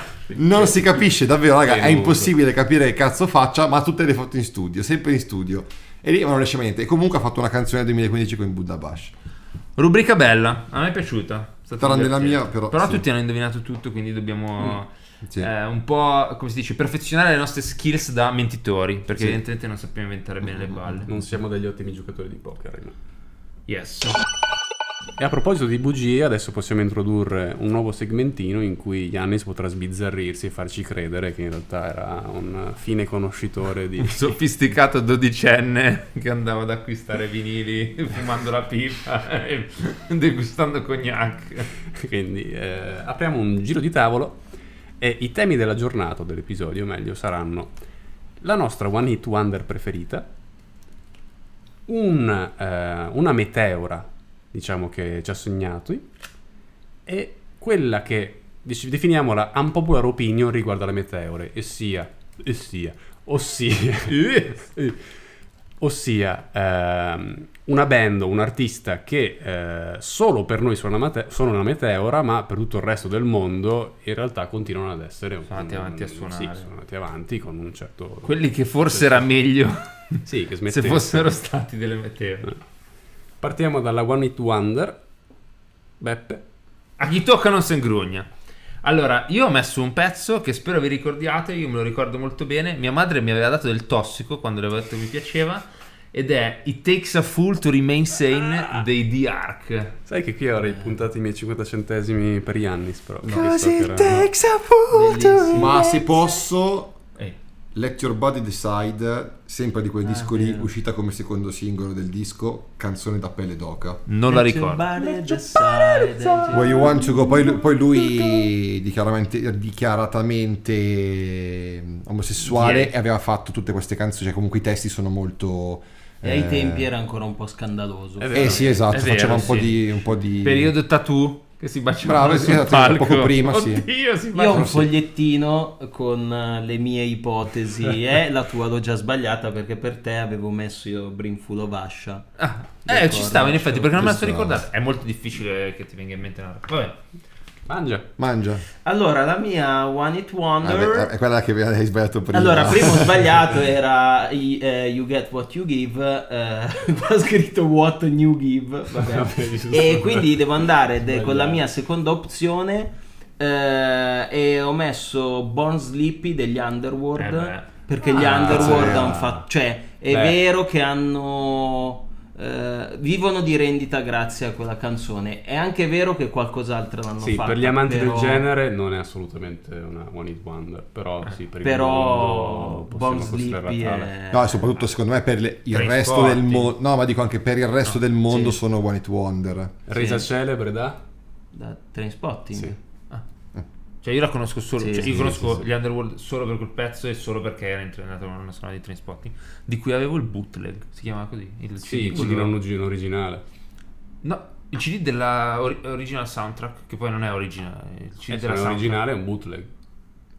A: va!
B: *laughs* Non si capisce davvero, raga,
C: Che
B: è
A: Eh,
C: nudo.
B: impossibile capire che cazzo faccia, ma tutte le foto in studio, sempre in studio. E lì ma non riesce a niente. E comunque ha fatto una canzone nel 2015 con Buddha Bash.
A: Rubrica bella, a me è piaciuta. È stata
B: Tranne la
A: divertente.
B: mia, però, sì. Mm,
A: tutti hanno indovinato tutto, quindi dobbiamo
B: Sì.
A: eh, un po', come si dice, perfezionare le nostre skills da mentitori, perché
B: Sì. Mm.
A: evidentemente non sappiamo inventare bene le balle.
C: Non siamo degli ottimi giocatori di poker. no.
A: Yes.
C: E a proposito di bugie, adesso possiamo introdurre un nuovo segmentino in cui Yannis potrà sbizzarrirsi e farci credere che in realtà era un fine conoscitore di...
A: Un sofisticato dodicenne che andava ad acquistare vinili *laughs* fumando la pipa e degustando cognac.
C: *laughs* Quindi eh, apriamo un giro di tavolo e i temi della giornata, o dell'episodio meglio, saranno la nostra One Hit Wonder preferita, un, eh, una meteora, diciamo che ci ha sognato, e quella che dic- definiamola unpopular opinion riguardo alle meteore, e sia, e sia, ossia, *laughs* ossia ehm, una band o un artista che eh, solo per noi suona, mate- suona una meteora, ma per tutto il resto del mondo in realtà continuano ad essere un-
A: Sono andati avanti a suonare.
C: Sì, sono andati avanti con un certo
A: Quelli che forse era meglio
C: *laughs* sì,
A: se
C: che smettessero.
A: fossero stati delle meteore.
C: Partiamo dalla One Hit Wonder. Beppe.
A: A chi tocca non si ingrugna. Allora, io ho messo un pezzo che spero vi ricordiate, io me lo ricordo molto bene. Mia madre mi aveva dato del tossico quando le avevo detto che mi piaceva. Ed è It Takes a Fool to Remain Sane dei The Ark.
C: Sai che qui avrei puntato i miei 50 centesimi per Yannis, però. che
E: Cause
C: so che
E: it
C: era-
E: takes a fool to
D: Bellissimo.
B: Ma se posso,
A: Ehi.
B: Let Your Body Decide, sempre di quel
D: Ah,
B: disco lì,
D: vero.
B: uscita come secondo singolo del disco, canzone da pelle d'oca.
A: Non la ricordo.
D: Everybody decide that
B: Where
D: you-
B: you want to go, poi lui, poi lui dichiaramente- dichiaratamente ehm, omosessuale
A: Gay.
B: e aveva fatto tutte queste canzoni, cioè comunque i testi sono molto...
D: E ai tempi era ancora un po' scandaloso.
C: Eh. È vero.
B: Eh sì, esatto,
A: È vero,
B: faceva un po'
A: sì.
B: di... Un po di...
A: Periodo tattoo che si baciavano
B: Bravo,
A: sul
B: esatto,
A: palco.
B: poco prima, sì.
A: Oddio, si
D: Io ho
A: baciavano.
D: un fogliettino con eh, le
C: *laughs*
D: mie ipotesi e la tua l'ho già sbagliata perché per te avevo messo io Brinfulo Vascia.
A: Ah, eh,
D: D'accordo,
A: ci stava in effetti, perché non me la sono
B: giusto.
A: ricordata. È molto difficile che ti venga in mente una roba. Vabbè.
C: Mangia.
B: Mangia.
D: Allora, la mia One It
B: Ah, beh,
D: Wonder...
B: è quella che hai sbagliato prima.
C: *laughs*
D: Allora, prima ho sbagliato, era i- eh, You Get What You Give, eh, *laughs* qua ho scritto What New Give,
C: *laughs*
D: vabbè.
C: Vabbè, giusto.
D: e quindi devo andare de- con la
C: Sbagliato.
D: mia seconda opzione eh, e ho messo Born Sleepy degli Underworld,
A: Eh beh.
D: perché gli
C: Ah,
D: Underworld
C: sì.
D: hanno fatto... Cioè, è
C: Beh.
D: vero che hanno... eh, vivono di rendita grazie a quella canzone. È anche vero che qualcos'altro l'hanno
C: Sì,
D: fatta.
C: per gli amanti
D: però-
C: del genere non è assolutamente una One Hit Wonder, però sì, per il
D: Però
C: mondo
D: Born
C: possiamo
D: Sleepy
C: considerarla tale.
B: *laughs*
D: è...
B: No, e soprattutto secondo me per le- il
A: Train
B: resto
A: Spotting.
B: del mondo... No, ma dico anche per il resto del mondo
D: sì.
B: sono One It Wonder.
C: Resa
D: Sì.
C: celebre da?
D: da Trainspotting.
C: Sì.
A: Cioè, io la conosco solo.
D: Sì,
A: cioè, io
D: sì,
A: conosco
C: sì, sì.
A: gli Underworld solo per quel pezzo e solo perché era entrato in una sonora di Trainspotting. Di cui avevo il bootleg. Si chiamava così? Il
C: Sì,
A: CD,
C: quello
A: quello-
C: non origi- originale.
A: No, il CD della ori- original soundtrack. Che poi non è originale. Il CD
C: Eh,
A: della
C: se non è
A: soundtrack.
C: originale è un bootleg.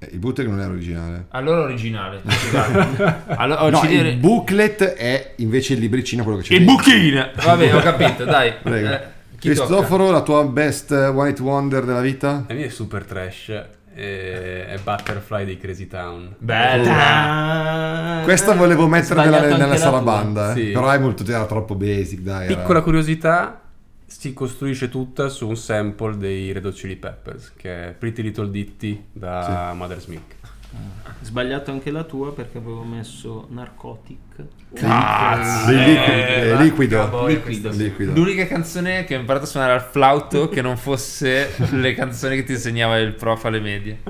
B: Eh, Il bootleg non è originale.
A: Allora originale. ti spiegavo. allora, ho
B: oh, No,
A: CD
B: il booklet è invece il libricino quello che c'è.
A: il
B: dentro.
A: buchino! Vabbè, ho capito, dai.
B: *laughs* Prego.
A: Eh, chi tocca?
B: Cristoforo, la tua best eh, One It Wonder della vita?
C: La mia è super trash eh, è Butterfly dei Crazy Town.
A: Bella.
B: Questa volevo mettere nella,
D: Eh. Sbagliato anche
B: nella
D: la tua.
B: sarabanda, eh.
C: Sì.
B: però è molto, era troppo basic, dai. era-
C: Piccola curiosità, si costruisce tutta su un sample dei Red Hot Chili Peppers, che è Pretty Little Ditty da Mother's Milk.
D: Sbagliato anche la tua perché avevo messo narcotic.
A: Cazzo.
B: Liqui- eh,
A: porca
B: liquido.
A: boia,
D: Liquido.
A: questa-
B: Liquido.
A: L'unica canzone che ho imparato a suonare al flauto che non fosse le canzoni che ti insegnava il prof alle medie.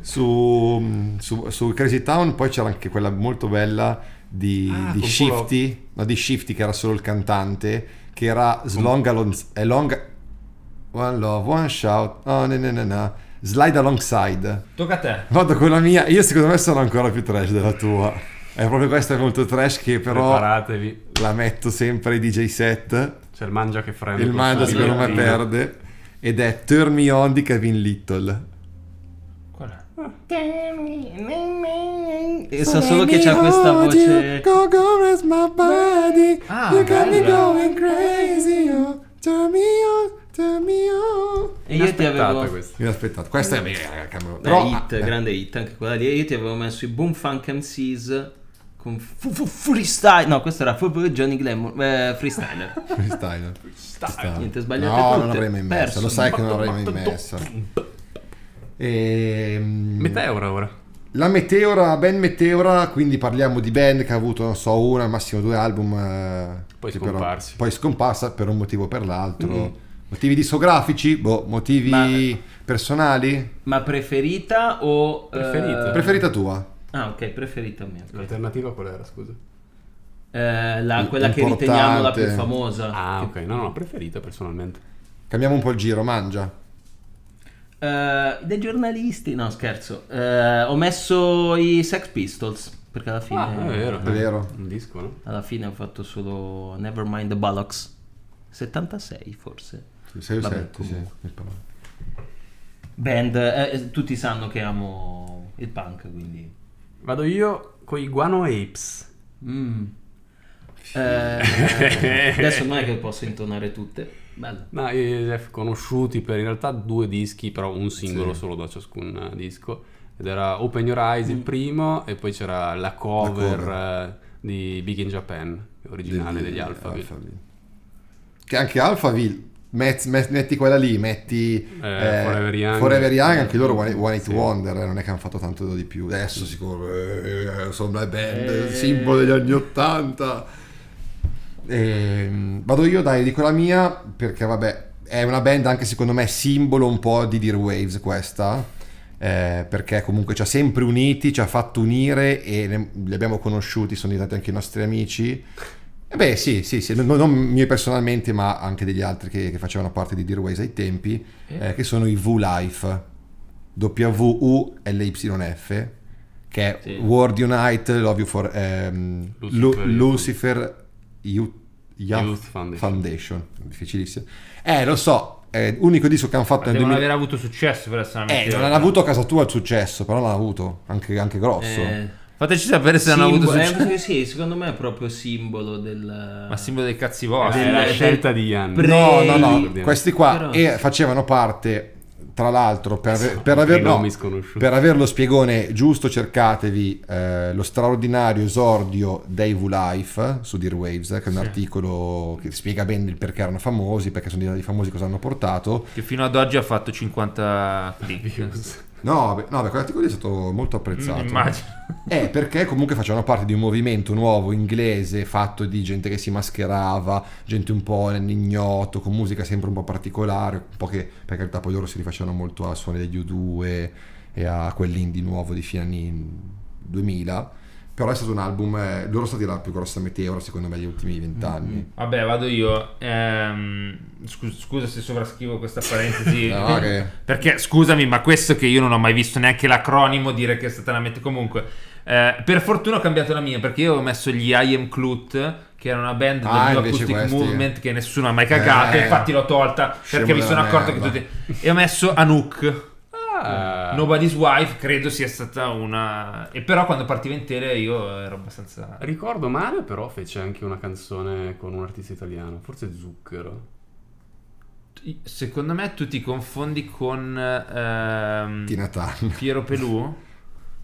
B: Su, su, su Crazy Town poi c'era anche quella molto bella di,
A: Ah,
B: di
A: con
B: Shifty, no, di Shifty che era solo il cantante, che era Slong Along... eh, long- One Love, One Shout, oh, na, na, na, na. Slide Alongside.
A: Tocca a te.
B: Vado con la mia, io secondo me sono ancora più trash della tua. È proprio questa molto trash che però
C: Preparatevi,
B: la metto sempre ai DJ set.
C: c'è il mangia che frema.
B: Il manga
C: questo
B: secondo me
C: mattino.
B: perde. Ed è Turn Me On di Kevin Little.
A: Qual è?
D: E sa solo che c'ha questa voce.
B: Go, go, rest my body.
A: Ah,
B: you got me
A: bella.
B: going crazy. oh. Turn me on, turn me on.
D: E io ti
C: Inaspettata
D: avevo.
C: questa.
B: Inaspettato. Questa è mega Cameron.
D: Beh,
B: Però-
D: hit,
B: eh,
D: grande hit anche quella lì. E Io ti avevo messo i Boom Funk MCs con fu- fu- freestyle. No, questo era fu- fu- Johnny Glamour, eh, freestyler.
B: *laughs* freestyle. Freestyle.
D: Niente, sbagliate
B: No, non
D: tutte.
B: l'avrei mai messa.
D: Perso.
B: Lo sai che non l'avrei mai messa. Ehm,
C: Meteora ora.
B: La Meteora, Ben Meteora, quindi parliamo di band che ha avuto, non so, una, al massimo due album. eh,
C: Poi
B: che però-
C: scomparsi.
B: poi scomparsa per un motivo o per l'altro. Motivi discografici, boh, motivi
D: Mm. Ma- eh,
B: personali?
D: Ma preferita o. eh,
C: Preferita.
B: Preferita tua?
D: Ah, ok, preferita mia. ok.
C: L'alternativa qual era, scusa?
D: Eh, la- quella che
B: Importante.
D: riteniamo la più famosa.
C: Ah, ok, no, no, preferita personalmente.
B: Cambiamo un po' il giro, mangia.
D: Eh, dei giornalisti. No, scherzo. Eh, ho messo i Sex Pistols. Perché alla fine.
C: Ah, è vero.
B: È vero.
C: Un disco, no?
D: Alla fine ho fatto solo Nevermind the Bollocks 76 forse.
B: Sei o
D: Vabbè,
B: sette, sì.
D: comunque.
B: mi pare.
D: Band, eh, eh, tutti sanno che amo il punk, quindi...
C: Vado io con i Guano Apes.
D: Mm.
C: *laughs*
D: Eh, adesso non è che posso intonare tutte. Bello.
C: No, eh, conosciuti per in realtà due dischi, però un singolo solo da ciascun eh, disco. Ed era Open Your Eyes il primo e poi c'era Mm. la cover, eh, di Big in Japan, originale
B: Degli-
C: degli Alphaville.
B: Alphaville. Che anche Alphaville, met- met- metti quella lì, metti
C: Eh, Forever Young.
B: Forever Young, anche loro One, One Hit
C: Sì.
B: Wonder, eh, non è che hanno fatto tanto di più. Adesso sicuro, eh, sono le band,
D: Eh.
B: simbolo degli anni 80. Ehm, vado io, dai, dico la mia, perché vabbè, è una band anche secondo me simbolo un po' di Dear Waves questa. eh, perché comunque ci ha sempre uniti, ci ha fatto unire e ne- li abbiamo conosciuti, sono diventati anche i nostri amici. Eh beh, sì, sì, sì, non, non mio personalmente, ma anche degli altri che, che facevano parte di Dearways ai tempi,
D: Eh?
B: eh, che sono i V-Life, W-U-L-Y-F, che è
D: Sì.
B: World Unite, Love You for... ehm, Lu-
C: Lucifer-
B: Lucifer Youth,
C: Youth
B: Foundation.
C: Foundation.
B: difficilissimo. Eh, lo so, è unico disco che hanno fatto
A: Ma
B: nel
A: devono
B: 2000...
A: aver avuto successo per essere una
B: Eh,
A: meteora.
B: non hanno avuto a casa tua il successo, però l'hanno avuto, anche, anche grosso.
D: Eh,
A: Fateci sapere se hanno avuto
D: simbolo- eh,
A: successo.
D: sì, secondo me è proprio simbolo del...
A: Ma simbolo dei cazzi
C: Eh,
A: vostri.
D: Del-
C: la
D: del-
C: scelta di Ian.
D: pre-
B: No, no, no,
C: Ricordiamo.
B: questi qua
D: Però-
B: eh, facevano parte, tra l'altro, per, aver- per
C: Dei
B: aver, no,
C: nomi sconosciuti.
B: per aver lo spiegone giusto cercatevi eh, lo straordinario esordio dei V-Life su Dear Waves, eh, che è un articolo che spiega bene il perché erano famosi, perché sono diventati famosi, cosa hanno portato.
A: Che fino ad oggi ha fatto 50 click.
B: No, beh, no, beh, quell'articolo lì è stato molto apprezzato.
A: Immagino.
B: Eh, perché comunque facevano parte di un movimento nuovo inglese fatto di gente che si mascherava, gente un po' nell'ignoto, con musica sempre un po' particolare, un po' che per carità poi loro si rifacevano molto a suoni degli U2 e a quell'indie nuovo di fine anni 2000. Però è stato un album, eh, loro sono stati la più grossa meteora secondo me degli ultimi vent'anni.
A: Vabbè, vado io. Ehm, scu- scusa se sovrascrivo questa parentesi.
B: *laughs* No, che-
A: Perché scusami, ma questo che io non ho mai visto neanche l'acronimo dire che è stata una meta. Comunque, eh, per fortuna ho cambiato la mia perché io ho messo gli I Am Clut, che era una band
B: Ah,
A: del New
B: invece
A: Acoustic
B: questi.
A: Movement che nessuno ha mai cagato.
B: Eh.
A: infatti l'ho tolta
B: Scemo
A: perché mi sono
B: della
A: accorto
B: merda.
A: che tutti. E ho messo Anouk.
C: Ah,
A: Nobody's Wife credo sia stata una. E però quando partiva in tele io ero abbastanza.
C: Ricordo male, però fece anche una canzone con un artista italiano, forse Zucchero.
A: t- secondo me tu ti confondi con ehm,
B: Tina Turner.
A: Piero Pelù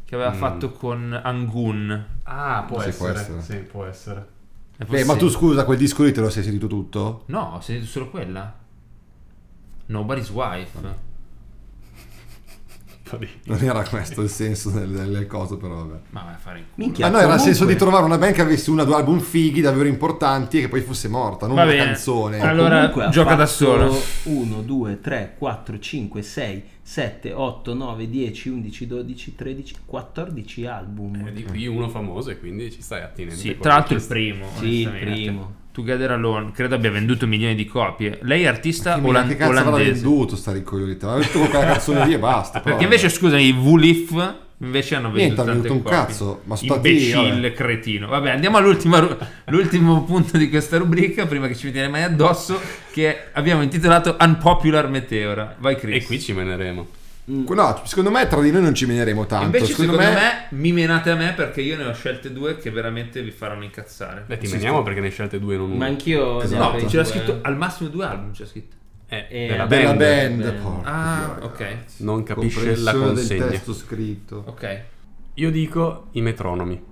A: che aveva
C: Mm.
A: fatto con Angun.
C: Ah, può
B: Sì, può
C: essere.
B: essere.
C: Sì, può *laughs* essere.
A: È
B: Beh, Eh, ma
A: possibile.
B: tu scusa, quel disco lì te lo sei sentito tutto?
A: No, ho sentito solo quella. Nobody's Wife.
B: Non era questo il senso del- delle cose, però vabbè.
A: Ma vai a fare in culo.
D: Minchia,
B: Ah no, era il senso di
D: comunque-
B: trovare una band che avesse una, due album fighi davvero importanti e che poi fosse morta, non
A: Va
B: una
A: bene.
B: canzone.
A: Allora-
D: Comunque ha
A: gioca da
D: fatto
A: solo.
D: 1, 2, 3, 4, 5, 6, 7, 8, 9, 10, 11, 12, 13, 14 album.
A: Eh,
C: E di qui uno famoso e quindi ci stai attinendo.
A: Sì, tra l'altro il primo.
D: Sì, il
A: onestamente.
D: primo.
A: Together Alone, credo abbia venduto milioni di copie. Lei è artista
B: Che
A: olan-
B: minchia, che cazzo avrà
A: olandese.
B: venduto sta ricoglionita? Aveva detto quella canzone lì e basta. però,
A: Perché invece,
B: vabbè.
A: scusami, i Wulif invece hanno venduto
B: Niente, ha
A: tante
B: venduto un
A: copie.
B: cazzo, ma sono stati-
A: Imbecille,
B: vabbè.
A: cretino. Vabbè, andiamo all'ultimo, l'ultimo punto di questa rubrica, prima che ci mettiamo le mani addosso, che abbiamo intitolato Unpopular Meteora. Vai Chris.
C: E qui ci meneremo.
B: Mm, No, secondo me tra di noi non ci meneremo tanto.
A: Invece secondo, me... mi menate a me perché io ne ho scelte due che veramente vi faranno incazzare.
C: Beh, ti meniamo perché ne hai scelte due,
A: Mm.
C: non uno.
D: Ma anch'io... ne
B: Esatto.
D: avrei
A: No, c'era
D: due.
A: scritto al massimo due album, c'è scritto.
C: Eh,
D: Eh,
C: della
D: beh,
B: Della
C: band.
B: band, eh,
D: band.
B: porca
A: Ah,
B: Dio,
A: ok.
B: ragazzi.
C: Non capisce la
B: Comprensione
C: consegna.
B: del testo scritto.
A: Ok.
C: Io dico i metronomi.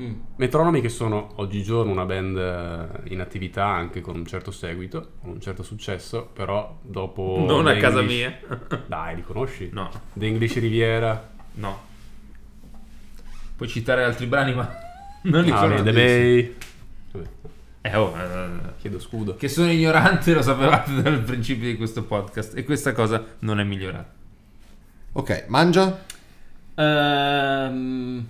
D: Mm.
C: Metronomi che sono oggigiorno una band eh, in attività anche con un certo seguito, con un certo successo, però dopo...
A: non a
C: The
A: casa
C: English-
A: mia.
C: *laughs* Dai, li conosci?
A: No,
C: The English Riviera,
A: no. Puoi citare altri brani, ma *laughs* non li
C: ah,
A: conosco.
C: The Bay... Vabbè,
A: Eh, oh, eh,
C: chiedo scudo.
A: che sono ignorante, lo sapevate dal principio di questo podcast. E questa cosa non è migliorata.
B: Ok, mangia.
D: Ehm,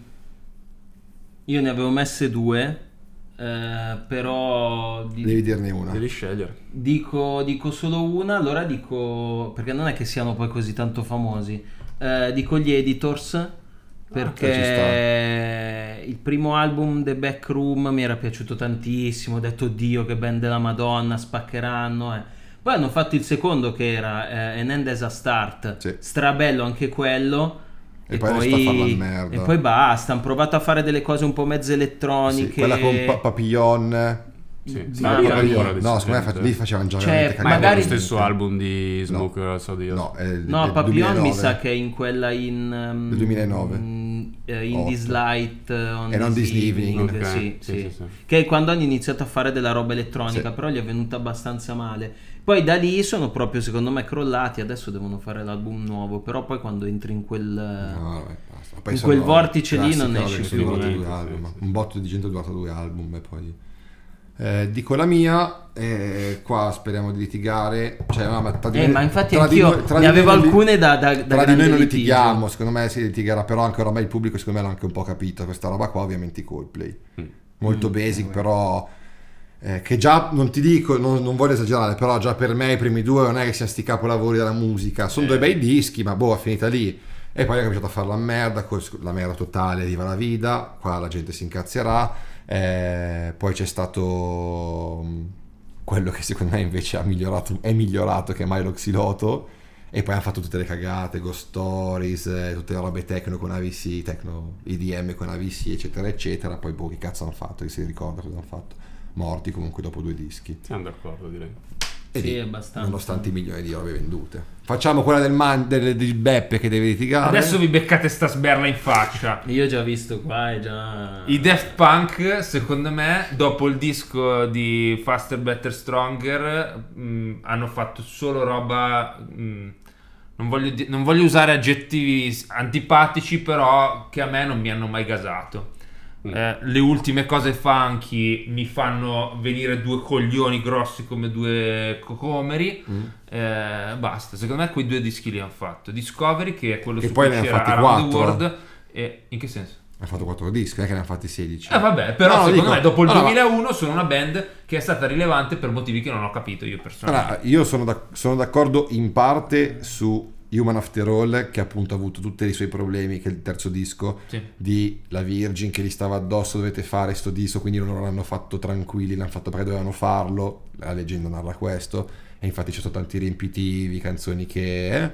D: io ne avevo messe due, eh, però di-
B: Devi dirne una.
C: Devi scegliere.
D: dico, dico solo una, allora dico... perché non è che siano poi così tanto famosi. Eh, dico gli editors
B: Ah, ci
D: perché il primo album The Back Room mi era piaciuto tantissimo, ho detto Dio che band della Madonna, spaccheranno. eh." Poi hanno fatto il secondo che era eh, An End as a Start,
B: Sì.
D: strabello anche quello.
B: E poi resta a farla merda.
D: e poi basta, hanno provato a fare delle cose un po' mezze
B: Sì,
D: elettroniche.
B: quella con pa- Papillon.
C: Sì, Ah,
D: Sì,
C: stava
D: io-
C: parlando
B: Papillon.
C: ora di
B: No,
C: sta
B: secondo me fa-
C: gente.
B: lì facevano già
D: Cioè,
B: veramente
D: ma
B: cagare.
C: Ma è lo
D: magari-
C: stesso album di Smoke eh, so di
B: No,
A: eh,
B: è il-
D: No,
B: del
D: Papillon
B: 2009.
D: mi sa che è in quella in... ehm,
B: Del 2009.
D: mm, eh,
B: Otto.
D: in This Light eh, on
B: E non
D: This
B: This Evening.
D: Evening,
C: Ok,
D: sì,
C: sì,
D: sì.
C: sì, sì.
D: Che è quando hanno iniziato a fare della roba elettronica,
B: Sì.
D: però gli è venuta abbastanza male. Poi da lì sono proprio, secondo me, crollati. Adesso devono fare l'album nuovo, però poi quando entri in quel... eh,
B: No, vabbè, basta. Poi
D: In
B: sono
D: quel vortice lì
B: classiche
D: non
B: robe
D: esce
B: che
D: più
B: sono durate
C: niente,
B: due album,
C: sì, sì.
B: Un botto di gente ha durato due album e poi... Eh, dico la mia, eh, qua speriamo di litigare. Cioè, no, ma tra di
D: Eh,
B: noi-
D: ma infatti
B: tra di
D: anch'io
B: noi- tra di
D: ne
B: noi
D: avevo
B: non li-
D: alcune da, da, da
B: Tra di noi
D: grande
B: non
D: litigio.
B: litighiamo, secondo me si litigherà, però anche ormai il pubblico secondo me l'ha anche un po' capito, questa roba qua ovviamente i Coldplay.
C: Mm.
B: Molto basic, però eh, che già, non ti dico, non, non voglio esagerare, però già per me i primi due non è che siano sti capolavori della musica, sono due bei dischi, ma boh, è finita lì. E poi ho cominciato a fare la merda, col- la merda totale, arriva la vita, qua la gente si incazzerà, eh, poi c'è stato mh, quello che secondo me invece ha migliorato, è migliorato, che è Milo Xiloto, e poi hanno fatto tutte le cagate, Ghost Stories, eh, tutte le robe tecno con AVC, tecno IDM con AVC, eccetera, eccetera. Poi boh, che cazzo hanno fatto, che si ricorda cosa hanno fatto. Morti comunque dopo due dischi.
C: Siamo d'accordo, direi.
B: E
D: Sì,
B: lì,
D: abbastanza.
B: Nonostante i milioni di robe vendute. Facciamo quella del, man, del, del Beppe che deve litigare.
A: Adesso vi beccate sta sberla in faccia.
D: Io ho già visto qua, è già...
A: I Daft Punk, secondo me, dopo il disco di Faster, Better, Stronger, mh, hanno fatto solo roba. mh, non, voglio di- non voglio usare aggettivi s- antipatici, però che a me non mi hanno mai gasato.
C: Mm.
A: Eh, le ultime cose funky mi fanno venire due coglioni grossi come due cocomeri.
B: Mm.
A: Eh, basta, secondo me quei due dischi li hanno fatto. Discovery, che è quello
B: Che
A: su
B: poi
A: cui
B: ne hanno
A: c'era
B: fatti
A: Around the
B: quattro,
A: World. E- in che senso?
B: Ha fatto quattro dischi, non è che ne ha fatti 16.
A: Eh vabbè, però
B: No, no,
A: secondo
B: dico-
A: me dopo il
B: allora,
A: 2001 sono una band che è stata rilevante per motivi che non ho capito io personalmente.
B: Allora, io sono, d'ac- sono d'accordo in parte su Human After All, che appunto ha avuto tutti i suoi problemi, che è il terzo disco.
A: Sì.
B: di la Virgin che gli stava addosso dovete fare sto disco quindi loro l'hanno fatto tranquilli l'hanno fatto perché dovevano farlo la leggenda narra questo e infatti ci sono tanti riempitivi canzoni che eh.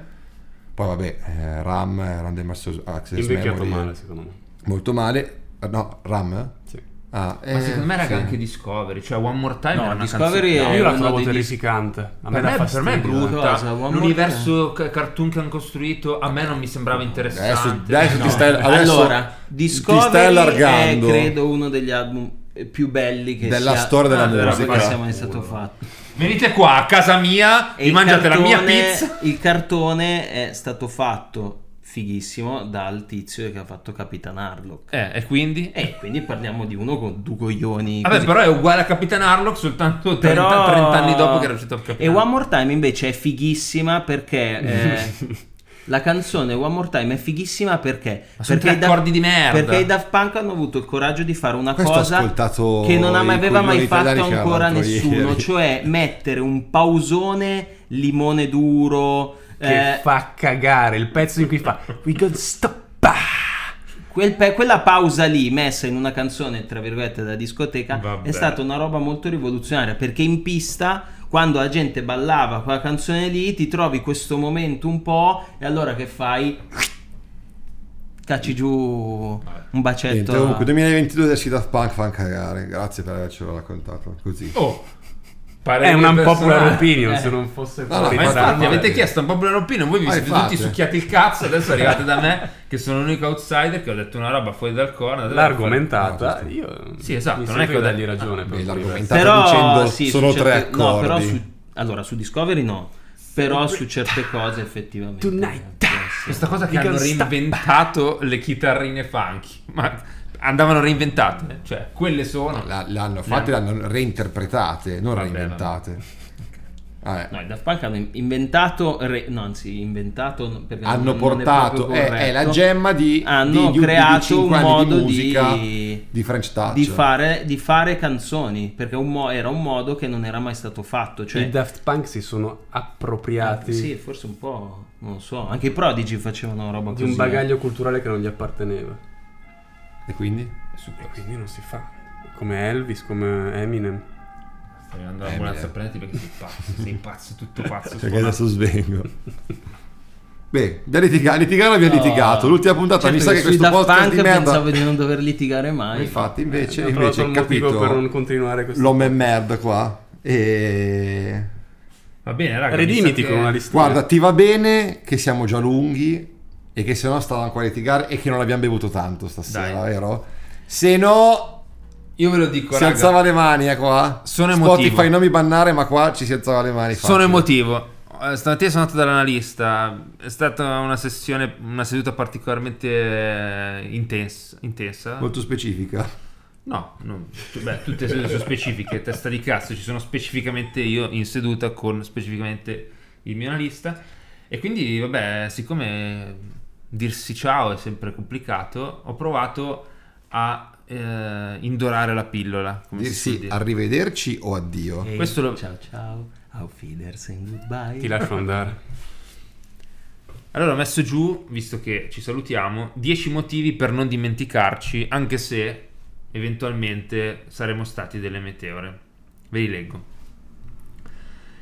B: poi vabbè eh, Ram Random Access
C: Invecchiato
B: Memory
C: male, secondo me.
B: molto male Eh, no Ram
C: Sì.
B: Ah,
A: Ma
B: eh,
A: secondo me, raga,
B: sì.
A: anche Discovery. Cioè, One More Time
D: No,
A: era una
D: Discovery
A: canzone-
D: è-
C: Io la
D: uno
C: trovo
D: dei dis-
C: terrificante.
A: Per
C: A me, dà
A: me, per me è
C: fastidio, eh.
A: brutta.
D: Cosa, One More
A: L'universo ca- cartoon che hanno costruito a me non mi sembrava
B: Adesso,
A: interessante.
B: adesso
A: No.
B: ti stai, adesso
D: Esatto. allora, Discovery
B: ti stai allargando.
D: è credo uno degli album più belli che
B: Della
D: sia-
B: storia della
D: Ah, però
B: musica.
D: che sia mai stato fatto.
A: Venite qua a casa mia
D: E
A: e
D: il
A: mangiate la mia
D: cartone-
A: pizza.
D: Il cartone è stato fatto fighissimo dal tizio che ha fatto Capitan Harlock.
A: Eh, e quindi?
D: E quindi parliamo di uno con due coglioni.
A: Vabbè,
D: così.
A: però è uguale a Capitan Harlock, soltanto 30,
D: Però-
A: 30 anni dopo che era uscito Capitan
D: E One More Time invece è
A: *laughs*
D: fighissima perché eh, la canzone One More Time è fighissima perché
A: Ma sono tre
D: perché i Da-
A: accordi di merda.
D: Perché i Daft Punk hanno avuto il coraggio di fare una
B: Questo ho
D: cosa
B: ascoltato
D: che non
B: i
D: ama- aveva mai
B: coglioni
D: fatto
B: italiani che
D: ancora
B: l'altro
D: nessuno,
B: ieri.
D: cioè mettere un pausone limone duro
C: Che
D: eh,
C: fa cagare il pezzo in cui fa We gonna stop.
D: Quel pe- quella pausa lì messa in una canzone, tra virgolette, da discoteca
A: Vabbè.
D: è stata una roba molto rivoluzionaria perché in pista, quando la gente ballava quella canzone lì, ti trovi questo momento un po' e allora che fai? Cacci giù un
B: Niente,
D: bacetto.
B: comunque,
D: a-
B: 2022 del Daft Punk fa cagare. Grazie per avercelo raccontato. Così.
A: Oh,
C: È
A: parere
C: un
A: di
C: unpopular
A: personale.
C: opinion. *laughs*
A: Eh.
C: Se non fosse
B: No, no,
A: Ma
B: Infatti,
A: infatti
B: vabbè.
A: avete chiesto un popular opinion, voi vi
B: Ah,
A: siete
B: infatti.
A: tutti succhiati il cazzo, adesso arrivate da me che sono l'unico outsider che ho detto una roba fuori dal corno. adesso-
C: l'argomentata.
B: Ah, giusto.
C: Io
A: Sì, esatto,
C: mi
A: non è
C: sento
A: che ho
C: di dargli
A: detto-
C: ragione. per
B: Beh,
C: alcuni
B: l'argomentata-
C: versi.
D: Però
B: dicendo
D: sì, su
B: solo tre
D: certe- No, però
B: accordi.
D: su, allora su Discovery no, però su certe cose effettivamente.
C: Tonight.
D: eh, sì.
A: Questa cosa che
C: Mica
A: hanno
C: sta-
A: reinventato le chitarrine funky, ma andavano reinventate, cioè quelle sono...
B: La- L'hanno fatte, l'hanno reinterpretate, non
A: Vabbè,
B: reinventate. Ah, eh.
D: No, i Daft Punk hanno inventato, re- no, anzi, inventato no, perché non-
B: hanno
D: non è
B: portato
D: proprio
B: eh,
D: corretto.
B: è la gemma di
D: Hanno
B: di- di- di
D: creato un
B: 5 anni
D: modo
B: di musica
D: di-
B: di French Touch
D: di fare, di fare canzoni perché un mo- era un modo che non era mai stato fatto. Cioè,
C: I Daft Punk si sono appropriati
D: sì, forse un po', non lo so. Anche i Prodigy facevano roba
C: di
D: così. eh.
C: un bagaglio culturale che non gli apparteneva.
B: e quindi
C: E quindi non si fa. Come Elvis, come Eminem.
A: Sta arrivando l'ambulanza a
B: beh.
A: prenderti perché sei pazzo, sei pazzo, tutto pazzo.
B: *laughs* perché
A: suonato.
B: adesso svengo *laughs* beh da litigare, litigare abbiamo
D: No.
B: litigato l'ultima puntata
D: Certo
B: mi sa che
D: sui
B: questo
D: Daft
B: podcast
D: Punk
B: di merda
D: pensavo di non dover litigare mai.
B: infatti
C: Eh,
B: invece,
C: abbiamo
B: invece
C: trovato il motivo
B: capito
C: per non continuare questo-
B: l'homme è merda qua e
A: Va bene, raga. mi
C: Redimiti
A: sa
C: con
A: che-
C: una lista.
B: guarda ti va bene che siamo già lunghi e che se no stavamo ancora a litigare e che non abbiamo bevuto tanto stasera
A: Dai.
B: vero? se no
A: Io ve lo dico,
B: Si
A: raga.
B: alzava le mani eh, qua.
A: Sono
B: Spotify
A: emotivo.
B: non mi bannare, ma qua ci si alzava le mani.
A: Sono
B: facile.
A: emotivo. Eh, Stamattina sono andato dall'analista. È stata una sessione, una seduta particolarmente eh, intens- intensa.
B: Molto specifica.
A: No, non- tu- beh, tutte le sedute sono specifiche, testa di cazzo, ci sono specificamente io in seduta con specificamente il mio analista e quindi vabbè, siccome dirsi ciao è sempre complicato, ho provato a eh, indorare la pillola, come
B: Dir
A: si suol
B: sì,
A: dire.
B: arrivederci o addio.
D: Ehi,
A: questo lo-
D: Ciao ciao, auf Wiedersehen,
C: Ti
D: goodbye.
C: lascio andare.
A: Allora ho messo giù, visto che ci salutiamo, 10 motivi per non dimenticarci, anche se eventualmente saremo stati delle meteore. Ve li leggo.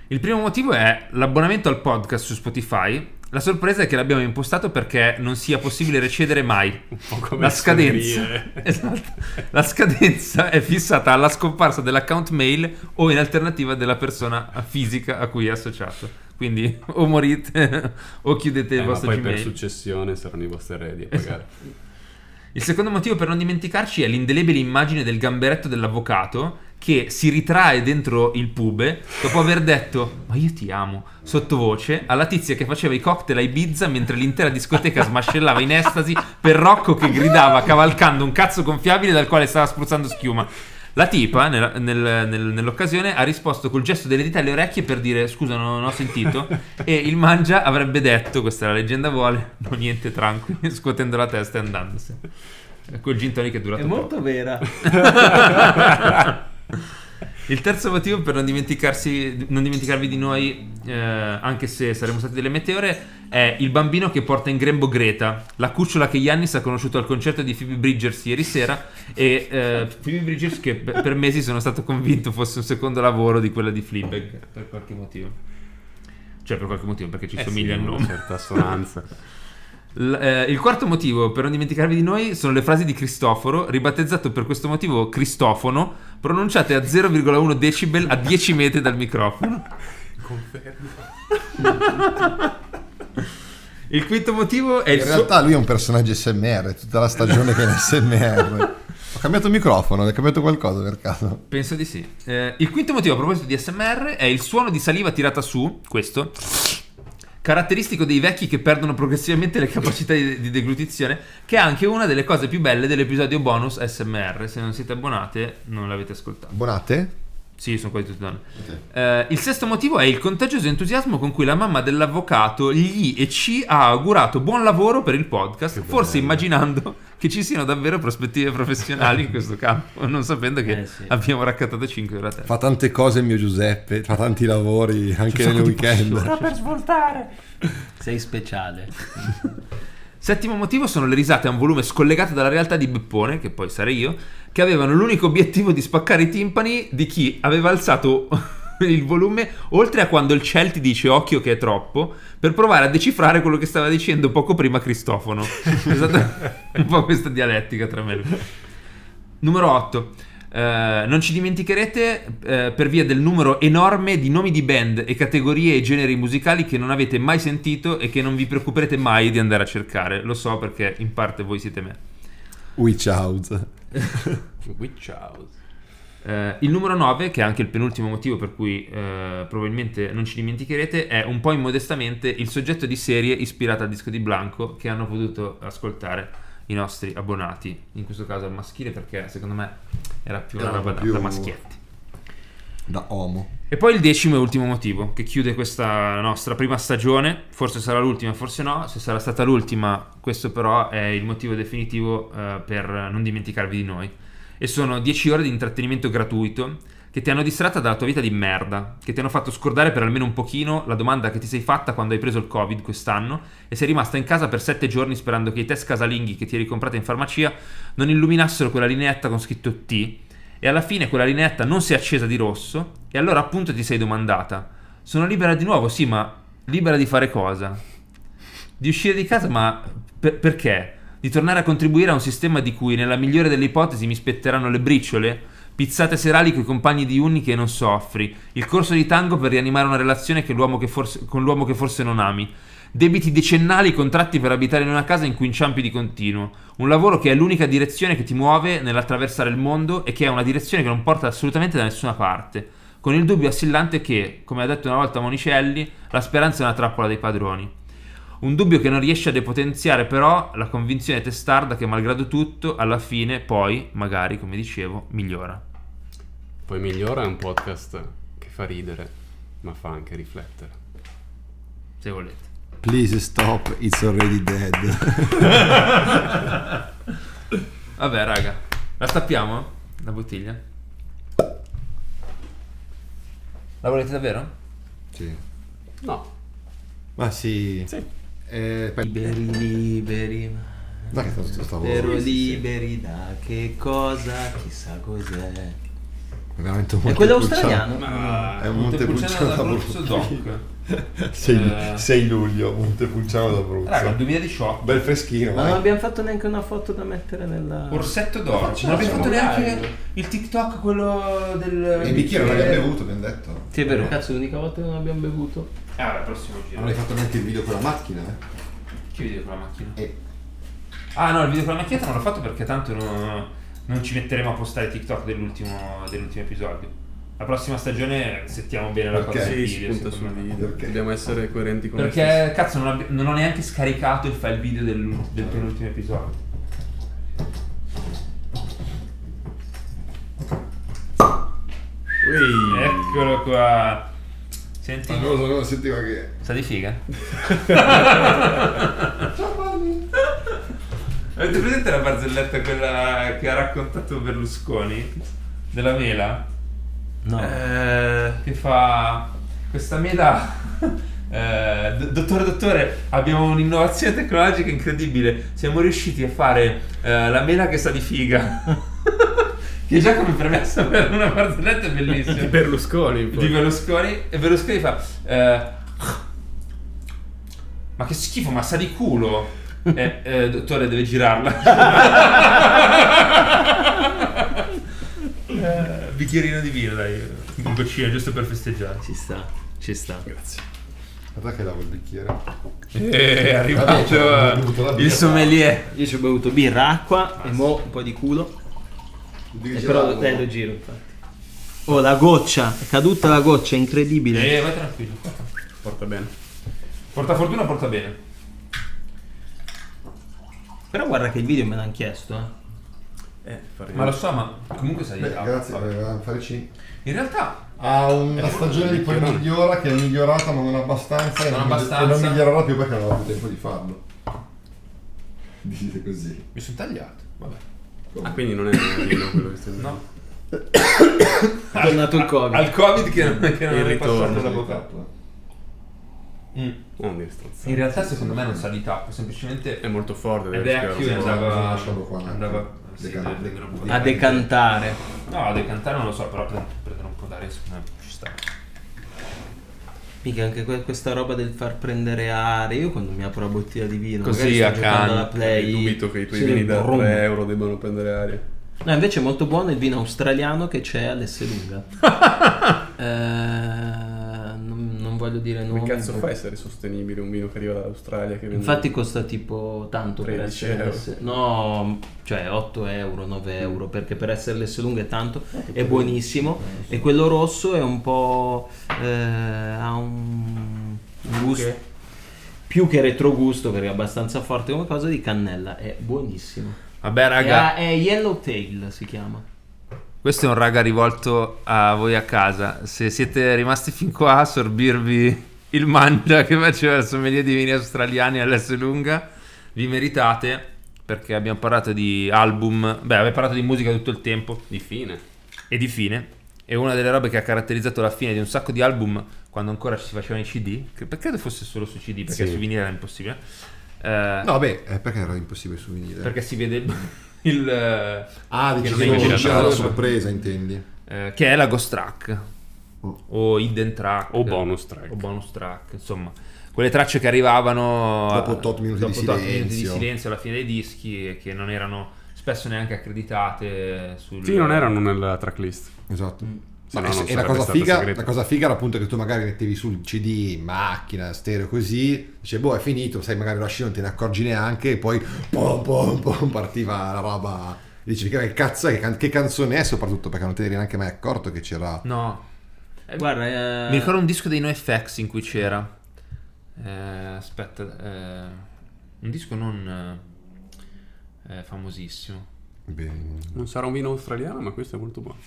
A: Il primo motivo è l'abbonamento al podcast su Spotify. La sorpresa è che l'abbiamo impostato perché non sia possibile recedere mai.
C: Un po' come
A: La scadenza,
C: scrivere.
A: *laughs* esatto. la scadenza è fissata alla scomparsa dell'account mail o in alternativa della persona fisica a cui è associato. Quindi o morite o chiudete
C: Eh,
A: il
C: ma
A: vostro
C: poi per
A: Gmail.
C: successione saranno i vostri eredi a pagare.
A: Il secondo motivo per non dimenticarci è l'indelebile immagine del gamberetto dell'avvocato che si ritrae dentro il pube dopo aver detto ma io ti amo sottovoce alla tizia che faceva i cocktail a Ibiza mentre l'intera
C: *laughs*
A: discoteca smascellava in estasi per Rocco che gridava cavalcando un cazzo gonfiabile dal quale stava spruzzando schiuma. La tipa nella- nel- nel- nell'occasione ha risposto col gesto delle dita alle orecchie per dire scusa non, non ho sentito e il mangia avrebbe detto questa è la leggenda vuole no niente tranquillo *laughs* scuotendo la testa e andandosene. Quel gin tonic è durato
D: È
A: un po'.
C: *laughs*
D: molto vera.
A: *laughs* Il terzo motivo per non, dimenticarsi, non dimenticarvi di noi, eh, anche se saremmo stati delle meteore, è il bambino che porta in grembo Greta, la cucciola che Yannis ha conosciuto al concerto di Phoebe Bridgers ieri sera e eh, Phoebe Bridgers che per per mesi sono stato convinto fosse un secondo lavoro di quella di Fleabag, per qualche motivo. Cioè per qualche motivo, perché ci
C: Eh sì,
A: somiglia il
C: una
A: nome.
C: *laughs* certa assonanza.
A: L- eh, il quarto motivo per non dimenticarvi di noi sono le frasi di Cristoforo, ribattezzato per questo motivo Cristofono, pronunciate a 0,1 decibel a 10 metri dal microfono. Il quinto motivo è il
H: In
A: suo-
H: realtà lui è un personaggio SMR, tutta la stagione che è in
A: *laughs*
H: SMR. Ho cambiato microfono, hai cambiato qualcosa per caso?
A: Penso di sì. Eh, il quinto motivo a proposito di SMR è il suono di saliva tirata su, questo, caratteristico dei vecchi che perdono progressivamente le capacità di, di deglutizione, che è anche una delle cose più belle dell'episodio bonus SMR. Se non siete abbonate non l'avete ascoltato.
H: Bonate?
A: Sì, sono quasi tutte donne. Eh, il sesto motivo è il contagioso entusiasmo con cui la mamma dell'avvocato gli e ci ha augurato buon lavoro per il podcast, forse immaginando *laughs* che ci siano davvero prospettive professionali
D: *laughs*
A: in questo campo, non sapendo che
D: Eh, sì.
A: abbiamo raccattato 5 ore a testa.
H: Fa tante cose il mio Giuseppe, fa tanti lavori anche nel weekend.
E: Sta per svoltare.
D: Sei speciale.
A: Settimo motivo sono le risate a un volume scollegato dalla realtà di Beppone, che poi sarei io, che avevano l'unico obiettivo di spaccare i timpani di chi aveva alzato *laughs* il volume oltre a quando il Cel ti dice occhio che è troppo, per provare a decifrare quello che stava dicendo poco prima Cristofono. esatto, un po' questa dialettica tra me e lui. Numero 8. non ci dimenticherete eh, per via del numero enorme di nomi di band e categorie e generi musicali che non avete mai sentito e che non vi preoccuperete mai di andare a cercare. Lo so perché in parte voi siete me.
H: Witch House.
C: Witch House.
A: Eh, il numero 9, che è anche il penultimo motivo per cui eh, probabilmente non ci dimenticherete, è un po' immodestamente il soggetto di serie ispirata al disco di Blanco che hanno potuto ascoltare i nostri abbonati, in questo caso al maschile perché secondo me era più una
H: Era
A: roba da-
H: più-
A: da maschietti.
H: Da Homo.
A: E poi il decimo e ultimo motivo che chiude questa nostra prima stagione, forse sarà l'ultima, forse no, se sarà stata l'ultima, questo però è il motivo definitivo eh, per non dimenticarvi di noi. E sono 10 ore di intrattenimento gratuito che ti hanno distratta dalla tua vita di merda, che ti hanno fatto scordare per almeno un pochino la domanda che ti sei fatta quando hai preso il Covid quest'anno e sei rimasta in casa per 7 giorni sperando che i test casalinghi che ti eri comprata in farmacia non illuminassero quella lineetta con scritto T e alla fine quella lineetta non si è accesa di rosso e allora appunto ti sei domandata sono libera di nuovo sì ma libera di fare cosa di uscire di casa ma per- perché di tornare a contribuire a un sistema di cui nella migliore delle ipotesi mi spetteranno le briciole pizzate serali coi compagni di unni che non soffri il corso di tango per rianimare una relazione che l'uomo che forse- con l'uomo che forse non ami Debiti decennali contratti per abitare in una casa in cui inciampi di continuo. Un lavoro che è l'unica direzione che ti muove nell'attraversare il mondo e che è una direzione che non porta assolutamente da nessuna parte. Con il dubbio assillante che, come ha detto una volta Monicelli, la speranza è una trappola dei padroni. Un dubbio che non riesce a depotenziare però la convinzione testarda che malgrado tutto, alla fine, poi, magari, come dicevo, migliora.
C: Poi migliora è un podcast che fa ridere, ma fa anche riflettere.
A: Se volete.
H: Please stop, it's already
D: *laughs*
H: dead.
A: Vabbè, raga, la tappiamo? La bottiglia? La volete davvero?
H: Sì.
C: No,
H: Ma sì. Eh, pe-
D: Liberi, liberi.
H: Dai, che stavo- stavo-
D: Ero liberi da che cosa? Chissà cos'è.
H: veramente un
D: È
H: Monte
D: quello
H: Pulciano.
D: australiano. Ah,
H: È un Montepulciano da
A: Monte
H: Bruzzo.
A: Pulciano d'Abruzzo,
H: *laughs*
A: Eh.
H: 6, luglio, Montepulciano da
A: Raga, il
H: Bruzzo.
A: 2018,
H: Bel freschino,
D: Ma
H: vai.
D: non abbiamo fatto neanche una foto da mettere nella.
A: orsetto d'oro. Non abbiamo fatto neanche il TikTok, quello del.
H: E il bicchiere non l'abbiamo bevuto, abbiamo detto. Eh,
D: Sì, è vero, Eh. cazzo, l'unica volta che non abbiamo bevuto.
A: Ah, vabbè, prossimo giro.
H: Non hai fatto neanche il video con la macchina, eh?
A: Che video con la macchina?
H: Eh.
A: Ah, no, il video con la macchinetta non l'ho fatto perché tanto non, non ci metteremo a postare TikTok dell'ultimo, dell'ultimo episodio. La prossima stagione settiamo bene la
H: Perché?
A: cosa del
H: Sì,
A: video, secondo me.
H: Perché?
C: Dobbiamo essere coerenti con noi
A: Perché cazzo non, abbi- non ho neanche scaricato il file video del, del penultimo episodio.
C: stessi. Ui.
A: Eccolo qua. Senti,
H: Ma Ah, non lo so, non sentiva che...
A: sta di figa. *laughs* Avete presente la barzelletta quella che ha raccontato Berlusconi? Della mela?
D: No.
A: Eh, che fa questa mela. *laughs* eh, do- dottore, dottore, abbiamo un'innovazione tecnologica incredibile. Siamo riusciti a fare eh, la mela che sa di figa. *laughs* che già come premessa per una barzelletta è bellissima.
C: Di Berlusconi poi.
A: di Berlusconi e Berlusconi fa eh, ma che schifo ma sa di culo Eh, eh, dottore, deve girarla. Eh, bicchierino di vino, dai. Un goccino, giusto per festeggiare.
D: Ci sta, ci sta.
B: Guarda che lavo il bicchiere.
A: Eh, è
B: Vabbè, ho bevuto
A: arrivato
B: la birra.
A: il sommelier.
D: Io ci ho bevuto birra, acqua e mo un po' di culo. E però eh, lo giro infatti. Oh, la goccia, è caduta la goccia, è incredibile.
A: Eh, vai tranquillo.
C: Porta bene.
A: Porta fortuna, porta bene.
D: Però guarda che il video me l'hanno chiesto, eh.
C: Eh, fa
A: Ma
C: ridere.
A: lo so, ma comunque sai.
B: Beh,
A: ah,
B: grazie,
A: vabbè.
B: eh, fare cin-
A: In realtà,
B: Ha una
A: buono,
B: stagione di poi migliora che è migliorata ma non abbastanza, e
A: Non
B: Eh, non,
A: abbastanza.
B: e non migliorerà più perché non avrà più tempo di farlo. *laughs* Dite così.
A: mi sono tagliato. Vabbè.
C: Ah, quindi non è vino quello che stai dicendo.
A: No.
D: È tornato il Covid.
A: Al Covid che non, che non
C: Il
A: è
C: ritorno,
A: ripassato la
B: Così
A: bocca.
B: fatto, eh.
A: Mm.
C: Non devi strozzare.
A: In realtà, secondo me, non sa di tappo, semplicemente.
C: È molto forte.
A: È
C: deve
A: vecchio e
C: rischiare un po'.
A: andava.
B: Lascialo qua,
A: andava
B: eh.
A: sì,
B: Decantare.
A: deve prendere un po'
D: A
A: di-
D: decantare.
A: No, a decantare non lo so, però pre- prendere un po' d'aria secondo me ci sta.
D: Mica anche que- questa roba del far prendere aria. Io quando mi apro la bottiglia di vino,
A: Così,
D: magari sto
A: a
D: giocando
A: can-
D: alla play.
C: cioè, Dubito che i tuoi
D: sì,
C: vini da
D: brum.
C: 3 euro debbano prendere aria.
D: No, invece è molto buono il vino australiano che c'è all'Esselunga.
C: *laughs*
D: eh, non, non voglio dire
C: Come
D: nuovo.
C: cazzo fa a essere sostenibile un vino che arriva dall'Australia? Che vende-
D: Infatti costa tipo tanto per
C: 13
D: essere
C: euro.
D: l'S- no, cioè 8 euro,
A: Mm.
D: 9 euro, perché per essere l'S lunga è tanto,
A: Eh,
D: è buonissimo e quello rosso è un po' eh, ha un gusto più che retrogusto perché è abbastanza forte come cosa di cannella, è buonissimo.
A: Vabbè,
D: È,
A: raga,
D: a- è Yellowtail si chiama.
A: questo è un raga rivolto a voi a casa. Se siete rimasti fin qua a sorbirvi il mangia che faceva il sommelier di vini australiani all'S lunga, vi meritate perché abbiamo parlato di album, beh, abbiamo parlato di musica tutto il tempo.
C: Di fine.
A: e di fine. È una delle robe che ha caratterizzato la fine di un sacco di album quando ancora ci si facevano i CD. Che perché fosse solo su CD? Perché
C: Sì.
A: su vinile era impossibile. Eh,
B: No, beh, eh, perché era impossibile sovvenire?
A: Perché si vede il. *laughs* il, eh,
B: Ah,
A: che
B: dici
A: non è
B: che
A: girato
B: non c'era la
A: sopra.
B: sorpresa, intendi?
A: eh, che è la Ghost Track
B: Oh.
A: o Hidden Track
C: O bonus track.
A: o bonus track, insomma, quelle tracce che arrivavano
B: Dopo tot minuti
A: dopo
B: di
A: tot minuti di
B: silenzio.
A: silenzio alla fine dei dischi e che non erano spesso neanche accreditate sul
C: Sì, non erano nella tracklist.
B: Esatto.
C: Se
B: Ma
C: Mm.
B: e- e
C: no non
B: la
C: sarebbe
B: cosa,
C: stata
B: figa,
C: segreta.
B: la cosa figa era appunto che tu magari mettevi sul CD in macchina, stereo così, dice boh è finito, sai magari lo lasci non te ne accorgi neanche e poi pom, pom, pom, partiva la roba, e dicevi che cazzo è, che, can- che canzone è soprattutto perché non te ne eri neanche mai accorto che c'era...
A: No. Eh,
D: Guarda, eh,
A: Mi ricordo un disco dei NoFX in cui c'era. eh, aspetta, eh, un disco non eh, eh, famosissimo.
B: Beh,
C: Non sarà un vino australiano, ma questo è molto buono.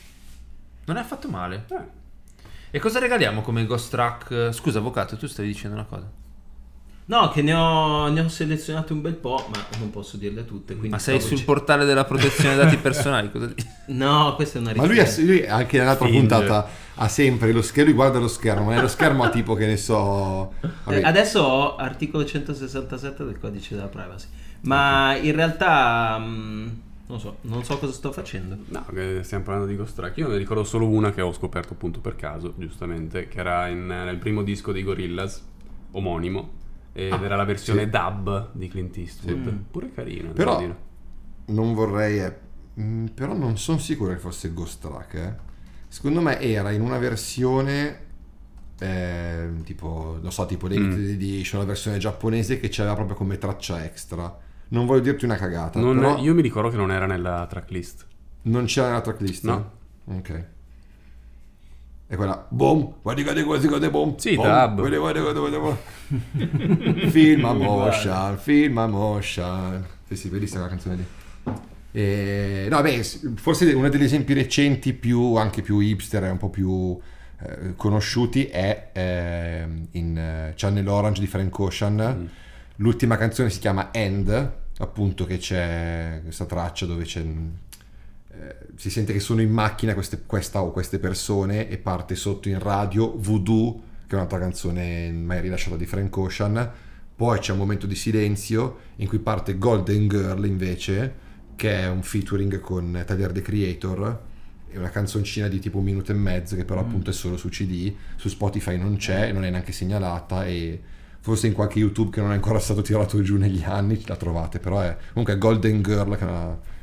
A: Non è affatto male.
C: Eh.
A: E cosa regaliamo come ghost track? Scusa, avvocato, tu stavi dicendo una cosa.
D: No, che ne ho, ne ho selezionate un bel po', ma non posso dirle tutte. Quindi
A: Ma sei
D: stavo
A: sul
D: dic-
A: portale della protezione dati personali? Cosa dici?
D: No, questa è una
B: Ma lui, ha-
D: ricerca.
B: lui anche nell'altra
C: Finge.
B: puntata ha sempre lo schermo, lui guarda lo schermo, ma nello schermo ha tipo che ne so...
D: Eh,
B: vabbè,
D: Adesso ho articolo 167 del codice della privacy, ma in realtà mh, non so, non so cosa sto facendo.
C: No, che stiamo parlando di Ghost Track. Io ne ricordo solo una che ho scoperto appunto per caso, giustamente, che era in- nel primo disco dei Gorillaz, omonimo, ed era la versione dub di Clint Eastwood. Pure carina,
B: Però-
C: devo dire.
B: non vorrei... eh, mm, però non sono sicuro che fosse Ghost Track. eh. Secondo me era in una versione... eh, tipo, non so, tipo
C: Mm.
B: Limited Edition, la versione giapponese che c'era proprio come traccia extra. Non voglio dirti una cagata,
C: Non-
B: però
C: Io mi ricordo che non era nella tracklist.
B: non c'era nella tracklist.
C: No.
B: Ok. E quella, boom, guardi, guardi, guardi, guardi, boom.
C: Sì,
B: boom,
C: tab.
B: Guardi, guardi, guardi, guardi, guardi. film
C: *laughs*
B: a motion, film a motion. Sì, sì, bellissima la canzone lì. E, no, beh, s- forse uno degli esempi recenti più, anche più hipster, e un po' più eh, conosciuti è ehm, in eh, Channel Orange di Frank Ocean.
C: Mm.
B: L'ultima canzone si chiama End, appunto che c'è questa traccia dove c'è... mm, eh, si sente che sono in macchina queste, questa o queste persone e parte sotto in radio Voodoo, che è un'altra canzone mai rilasciata di Frank Ocean. Poi c'è un momento di silenzio in cui parte Golden Girl invece, che è un featuring con Tyler The Creator. È una canzoncina di tipo un
D: Mm.
B: minuto e mezzo che però appunto è solo su CD, su Spotify non c'è, non è neanche segnalata e forse in qualche YouTube che non è ancora stato tirato giù negli anni, la trovate, però è comunque è Golden Girl che è una-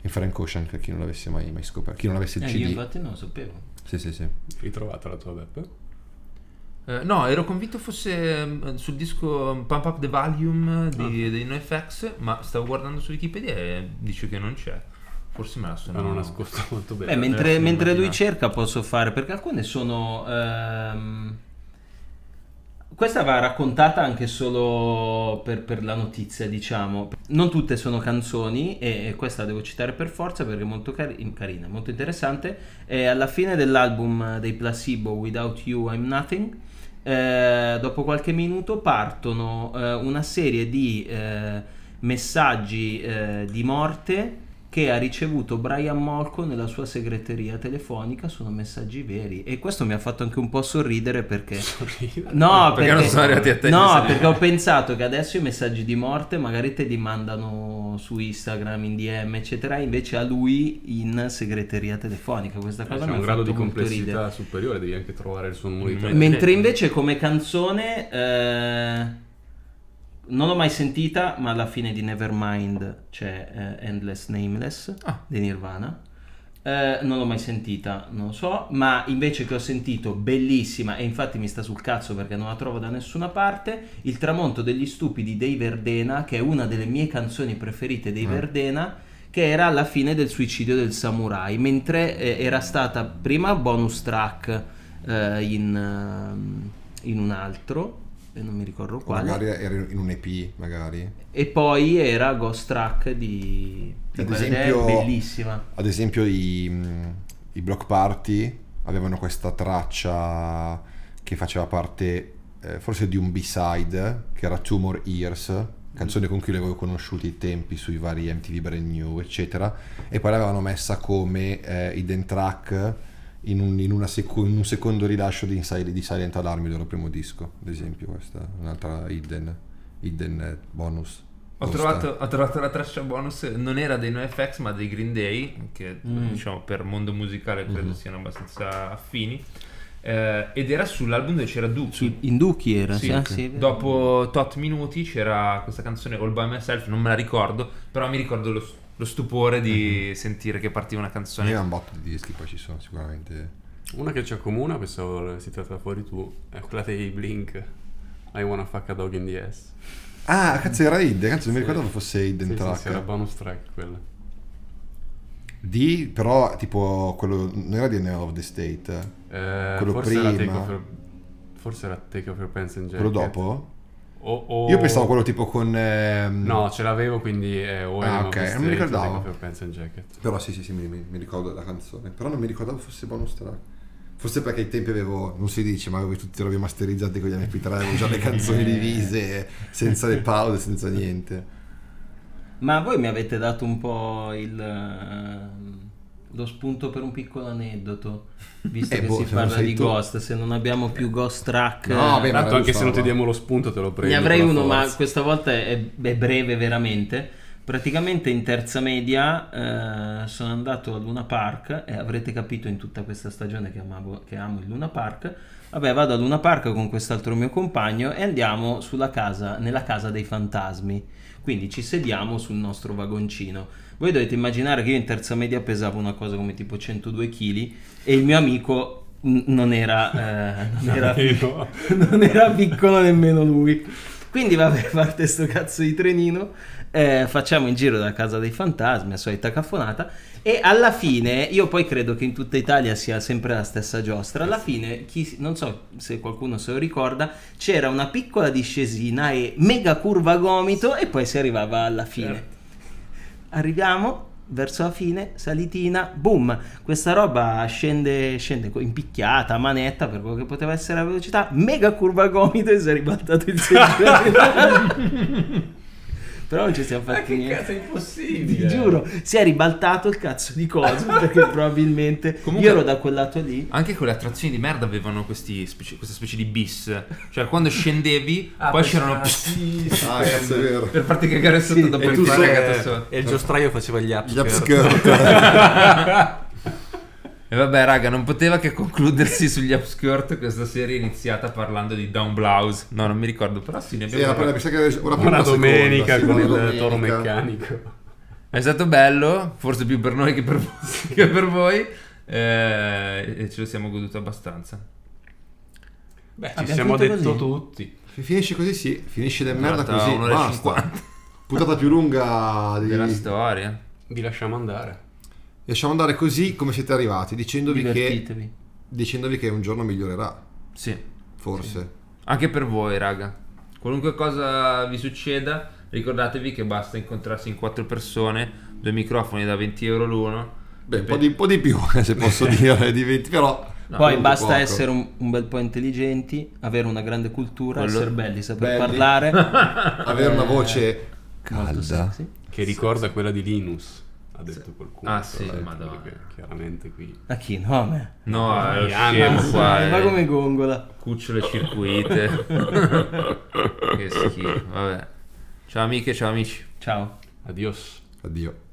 B: in Frank Ocean, per chi non l'avesse mai, mai scoperto, chi non avesse il
D: Eh,
B: CD.
D: io infatti non lo sapevo.
B: Sì, sì, sì.
C: Ritrovata la tua Beppe?
A: Eh, no, ero convinto fosse ehm, sul disco ehm, Pump Up the Volume di, dei NoFX, ma stavo guardando su Wikipedia e dice che non c'è. Forse me la sono
C: Ma non ascolto molto bene.
D: Beh, mentre,
A: sì,
D: mentre lui
A: immaginavo.
D: cerca posso fare, perché alcune sono... ehm, questa va raccontata anche solo per, per la notizia, diciamo. Non tutte sono canzoni e, e questa la devo citare per forza perché è molto cari- carina, molto interessante. E alla fine dell'album dei Placebo, Without You I'm Nothing, eh, dopo qualche minuto partono eh, una serie di eh, messaggi eh, di morte che ha ricevuto Brian Molko nella sua segreteria telefonica sono messaggi veri e questo mi ha fatto anche un po' sorridere perché no
A: Perché non sono arrivati a te i
D: no
A: messaggi.
D: perché ho pensato che adesso i messaggi di morte magari te li mandano su Instagram in DM eccetera invece a lui in segreteria telefonica questa
C: Eh, C'è
D: cosa mi ha
C: un grado
D: fatto
C: di
D: molto ridere.
C: complessità superiore, devi anche trovare il suo numero di
A: Mm.
C: telefono.
D: Mentre invece come canzone eh, non l'ho mai sentita, ma alla fine di Nevermind c'è eh, Endless Nameless
A: Ah.
D: di Nirvana. Eh, non l'ho mai sentita, non lo so, ma invece che ho sentito bellissima e infatti mi sta sul cazzo perché non la trovo da nessuna parte, Il tramonto degli stupidi dei Verdena, che è una delle mie canzoni preferite
B: Mm.
D: dei Verdena, che era alla fine del suicidio del samurai, mentre eh, era stata prima bonus track eh, in, ehm, in un altro, e non mi ricordo
B: O
D: quale,
B: magari era in un EP, magari.
D: e poi era ghost track di... di
B: Ad
D: quella idea
B: esempio-
D: bellissima.
B: Ad esempio i, mh, i block party avevano questa traccia che faceva parte eh, forse di un B-side che era Two More Years, canzone con cui li avevo conosciuti i tempi sui vari MTV Brand New eccetera e poi l'avevano messa come eh, hidden track in un, in una seco- in un secondo rilascio di, Inside- di Silent Alarm il loro primo disco ad esempio questa è un'altra hidden, hidden eh, bonus
A: Ho
B: Costa.
A: trovato, ho trovato la traccia bonus, non era dei NoFX ma dei Green Day, che
D: Mm.
A: diciamo per mondo musicale credo siano abbastanza affini, eh, ed era sull'album dove c'era Duki.
D: Su- in Duki era,
A: Sì,
D: sì, ah,
A: sì.
D: sì, vero.
A: Dopo tot minuti c'era questa canzone All By Myself, non me la ricordo, però mi ricordo lo, lo stupore di sentire che partiva una canzone.
B: ne ho un botto di dischi poi ci sono sicuramente
C: Una che ci accomuna, pensavo l'avessi tirata fuori tu, è quella dei Blink. I wanna fuck a dog in the ass.
B: Ah, cazzo, era Id, cazzo, non mi
C: Eh, Sì.
B: ricordavo fosse Id
C: Sì,
B: in
C: sì,
B: track.
C: sì, era bonus track quella.
B: Di, però, tipo, quello, non era di Enemy of the State,
C: Eh,
B: Quello
C: forse Era take
B: prima.
C: off your, forse era Take Off Your Pants and Jacket.
B: quello dopo?
C: O, o-
B: Io pensavo quello tipo con... ehm,
C: Oh. No, ce l'avevo quindi eh, o
B: Ah,
C: Enema
B: ok,
C: of the
B: non mi
C: State,
B: ricordavo.
C: Take Off Your Pants and Jacket.
B: Però sì, sì, sì, mi, mi- mi ricordo la canzone. Però non mi ricordavo fosse bonus track. Forse perché ai tempi avevo, non si dice, ma avevo tutti i rovi masterizzati con gli MP3, avevo già le
C: *laughs*
B: canzoni divise, senza le pause, senza niente.
D: Ma voi mi avete dato un po' il, ehm, lo spunto per un piccolo aneddoto, visto
B: Eh,
D: che
B: boh,
D: si
B: se non
D: parla
B: sei
D: di
B: tu.
D: Ghost, se non abbiamo più Ghost Track...
B: No,
D: eh,
B: beh, ma
C: Tanto
B: era
C: anche
B: giusta
C: se non ti
B: roba.
C: diamo lo spunto te lo prendi.
D: Ne avrei
C: con la
D: uno, ma
C: forza.
D: questa volta è, è breve veramente. Praticamente in terza media eh, sono andato a Luna Park e avrete capito in tutta questa stagione che, amavo- che amo il Luna Park. Vabbè, vado a Luna Park con quest'altro mio compagno e andiamo sulla casa, nella casa dei fantasmi. Quindi ci sediamo sul nostro vagoncino. Voi dovete immaginare che io in terza media pesavo una cosa come tipo 102 kg e il mio amico mm, non era, eh, non era
C: Nemmeno.
D: *laughs* non era piccolo nemmeno lui. Quindi vabbè, *laughs* parte sto cazzo di trenino, eh, facciamo il giro della casa dei fantasmi, la solita caffonata, e alla fine, io poi credo che in tutta Italia sia sempre la stessa giostra, alla fine, chi- non so se qualcuno se lo ricorda, c'era una piccola discesina e mega curva a gomito e poi si arrivava alla fine. Arriviamo verso la fine, salitina, boom, questa roba scende, scende co- in picchiata, a manetta per quello che poteva essere la velocità, mega curva a gomito e si è ribaltato
B: *laughs*
D: il sedile. Però non ci siamo fatti niente.
A: impossibile!
D: Vi giuro, si è ribaltato il cazzo di
B: *laughs*
D: coso perché probabilmente
A: Comunque-
D: io ero da quel lato lì.
A: Anche quelle attrazioni di merda avevano questi specie- questa specie di bis. Cioè, quando scendevi, poi c'erano.
B: Ah, cazzo, è vero.
A: per farti cagare sotto dopo
B: e
A: il
B: tu
A: cagato
B: sei-
A: sotto.
C: E il giostraio faceva gli up.
B: Gli upskirt.
A: E vabbè, raga, non poteva che concludersi sugli upskirt questa serie è iniziata parlando di Down Blouse. No, non mi ricordo, però sì, ne
B: Sì,
A: abbiamo
B: era
A: parlato.
B: per- mi sa che era ora prima
C: *laughs* Una
B: o seconda,
C: domenica
B: sì,
C: con
B: una
C: il
B: domenica.
C: toro meccanico.
A: È stato bello, forse più per noi che per, che per voi. *laughs* eh, e ce lo siamo goduto abbastanza.
C: Beh, ci
D: Abbiamo
C: siamo
D: finito
C: detto
D: così?
C: tutti.
B: Finisce così, sì. Finisce da merda
A: Durata
B: così.
A: un'ora e
B: Basta.
A: 50
B: Puntata più lunga di...
A: della storia.
C: Vi lasciamo andare.
B: Lasciamo andare così come siete arrivati, dicendovi che,
D: Divertitevi.
B: dicendovi che un giorno migliorerà,
A: Sì.
B: forse.
A: Anche per voi, raga. Qualunque cosa vi succeda, ricordatevi che basta incontrarsi in quattro persone, due microfoni da 20 euro l'uno.
B: Beh, un po, di, un po' di più, *laughs* se
A: *laughs*
B: posso dire, di 20, però...
D: Poi
B: comunque
D: basta
B: poco.
D: essere un, un bel po' intelligenti, avere una grande cultura,
A: Quello-
D: essere belli, saper
B: Belli.
D: parlare.
B: *laughs* Avere una voce
D: Molto
B: calda.
D: sexy.
C: Che ricorda quella di Linus, ha detto qualcuno.
A: Ah, sì,
C: Tra l'altro,
A: madonna.
C: perché Chiaramente qui.
D: A chi? No, a me.
A: No, è lo
C: Diana.
A: scemo qua.
D: Ah, Ma
A: eh.
D: come gongola.
A: Cucciole circuite. che schifo. Vabbè. Ciao amiche, ciao amici.
D: Ciao.
C: Adios.
B: Addio.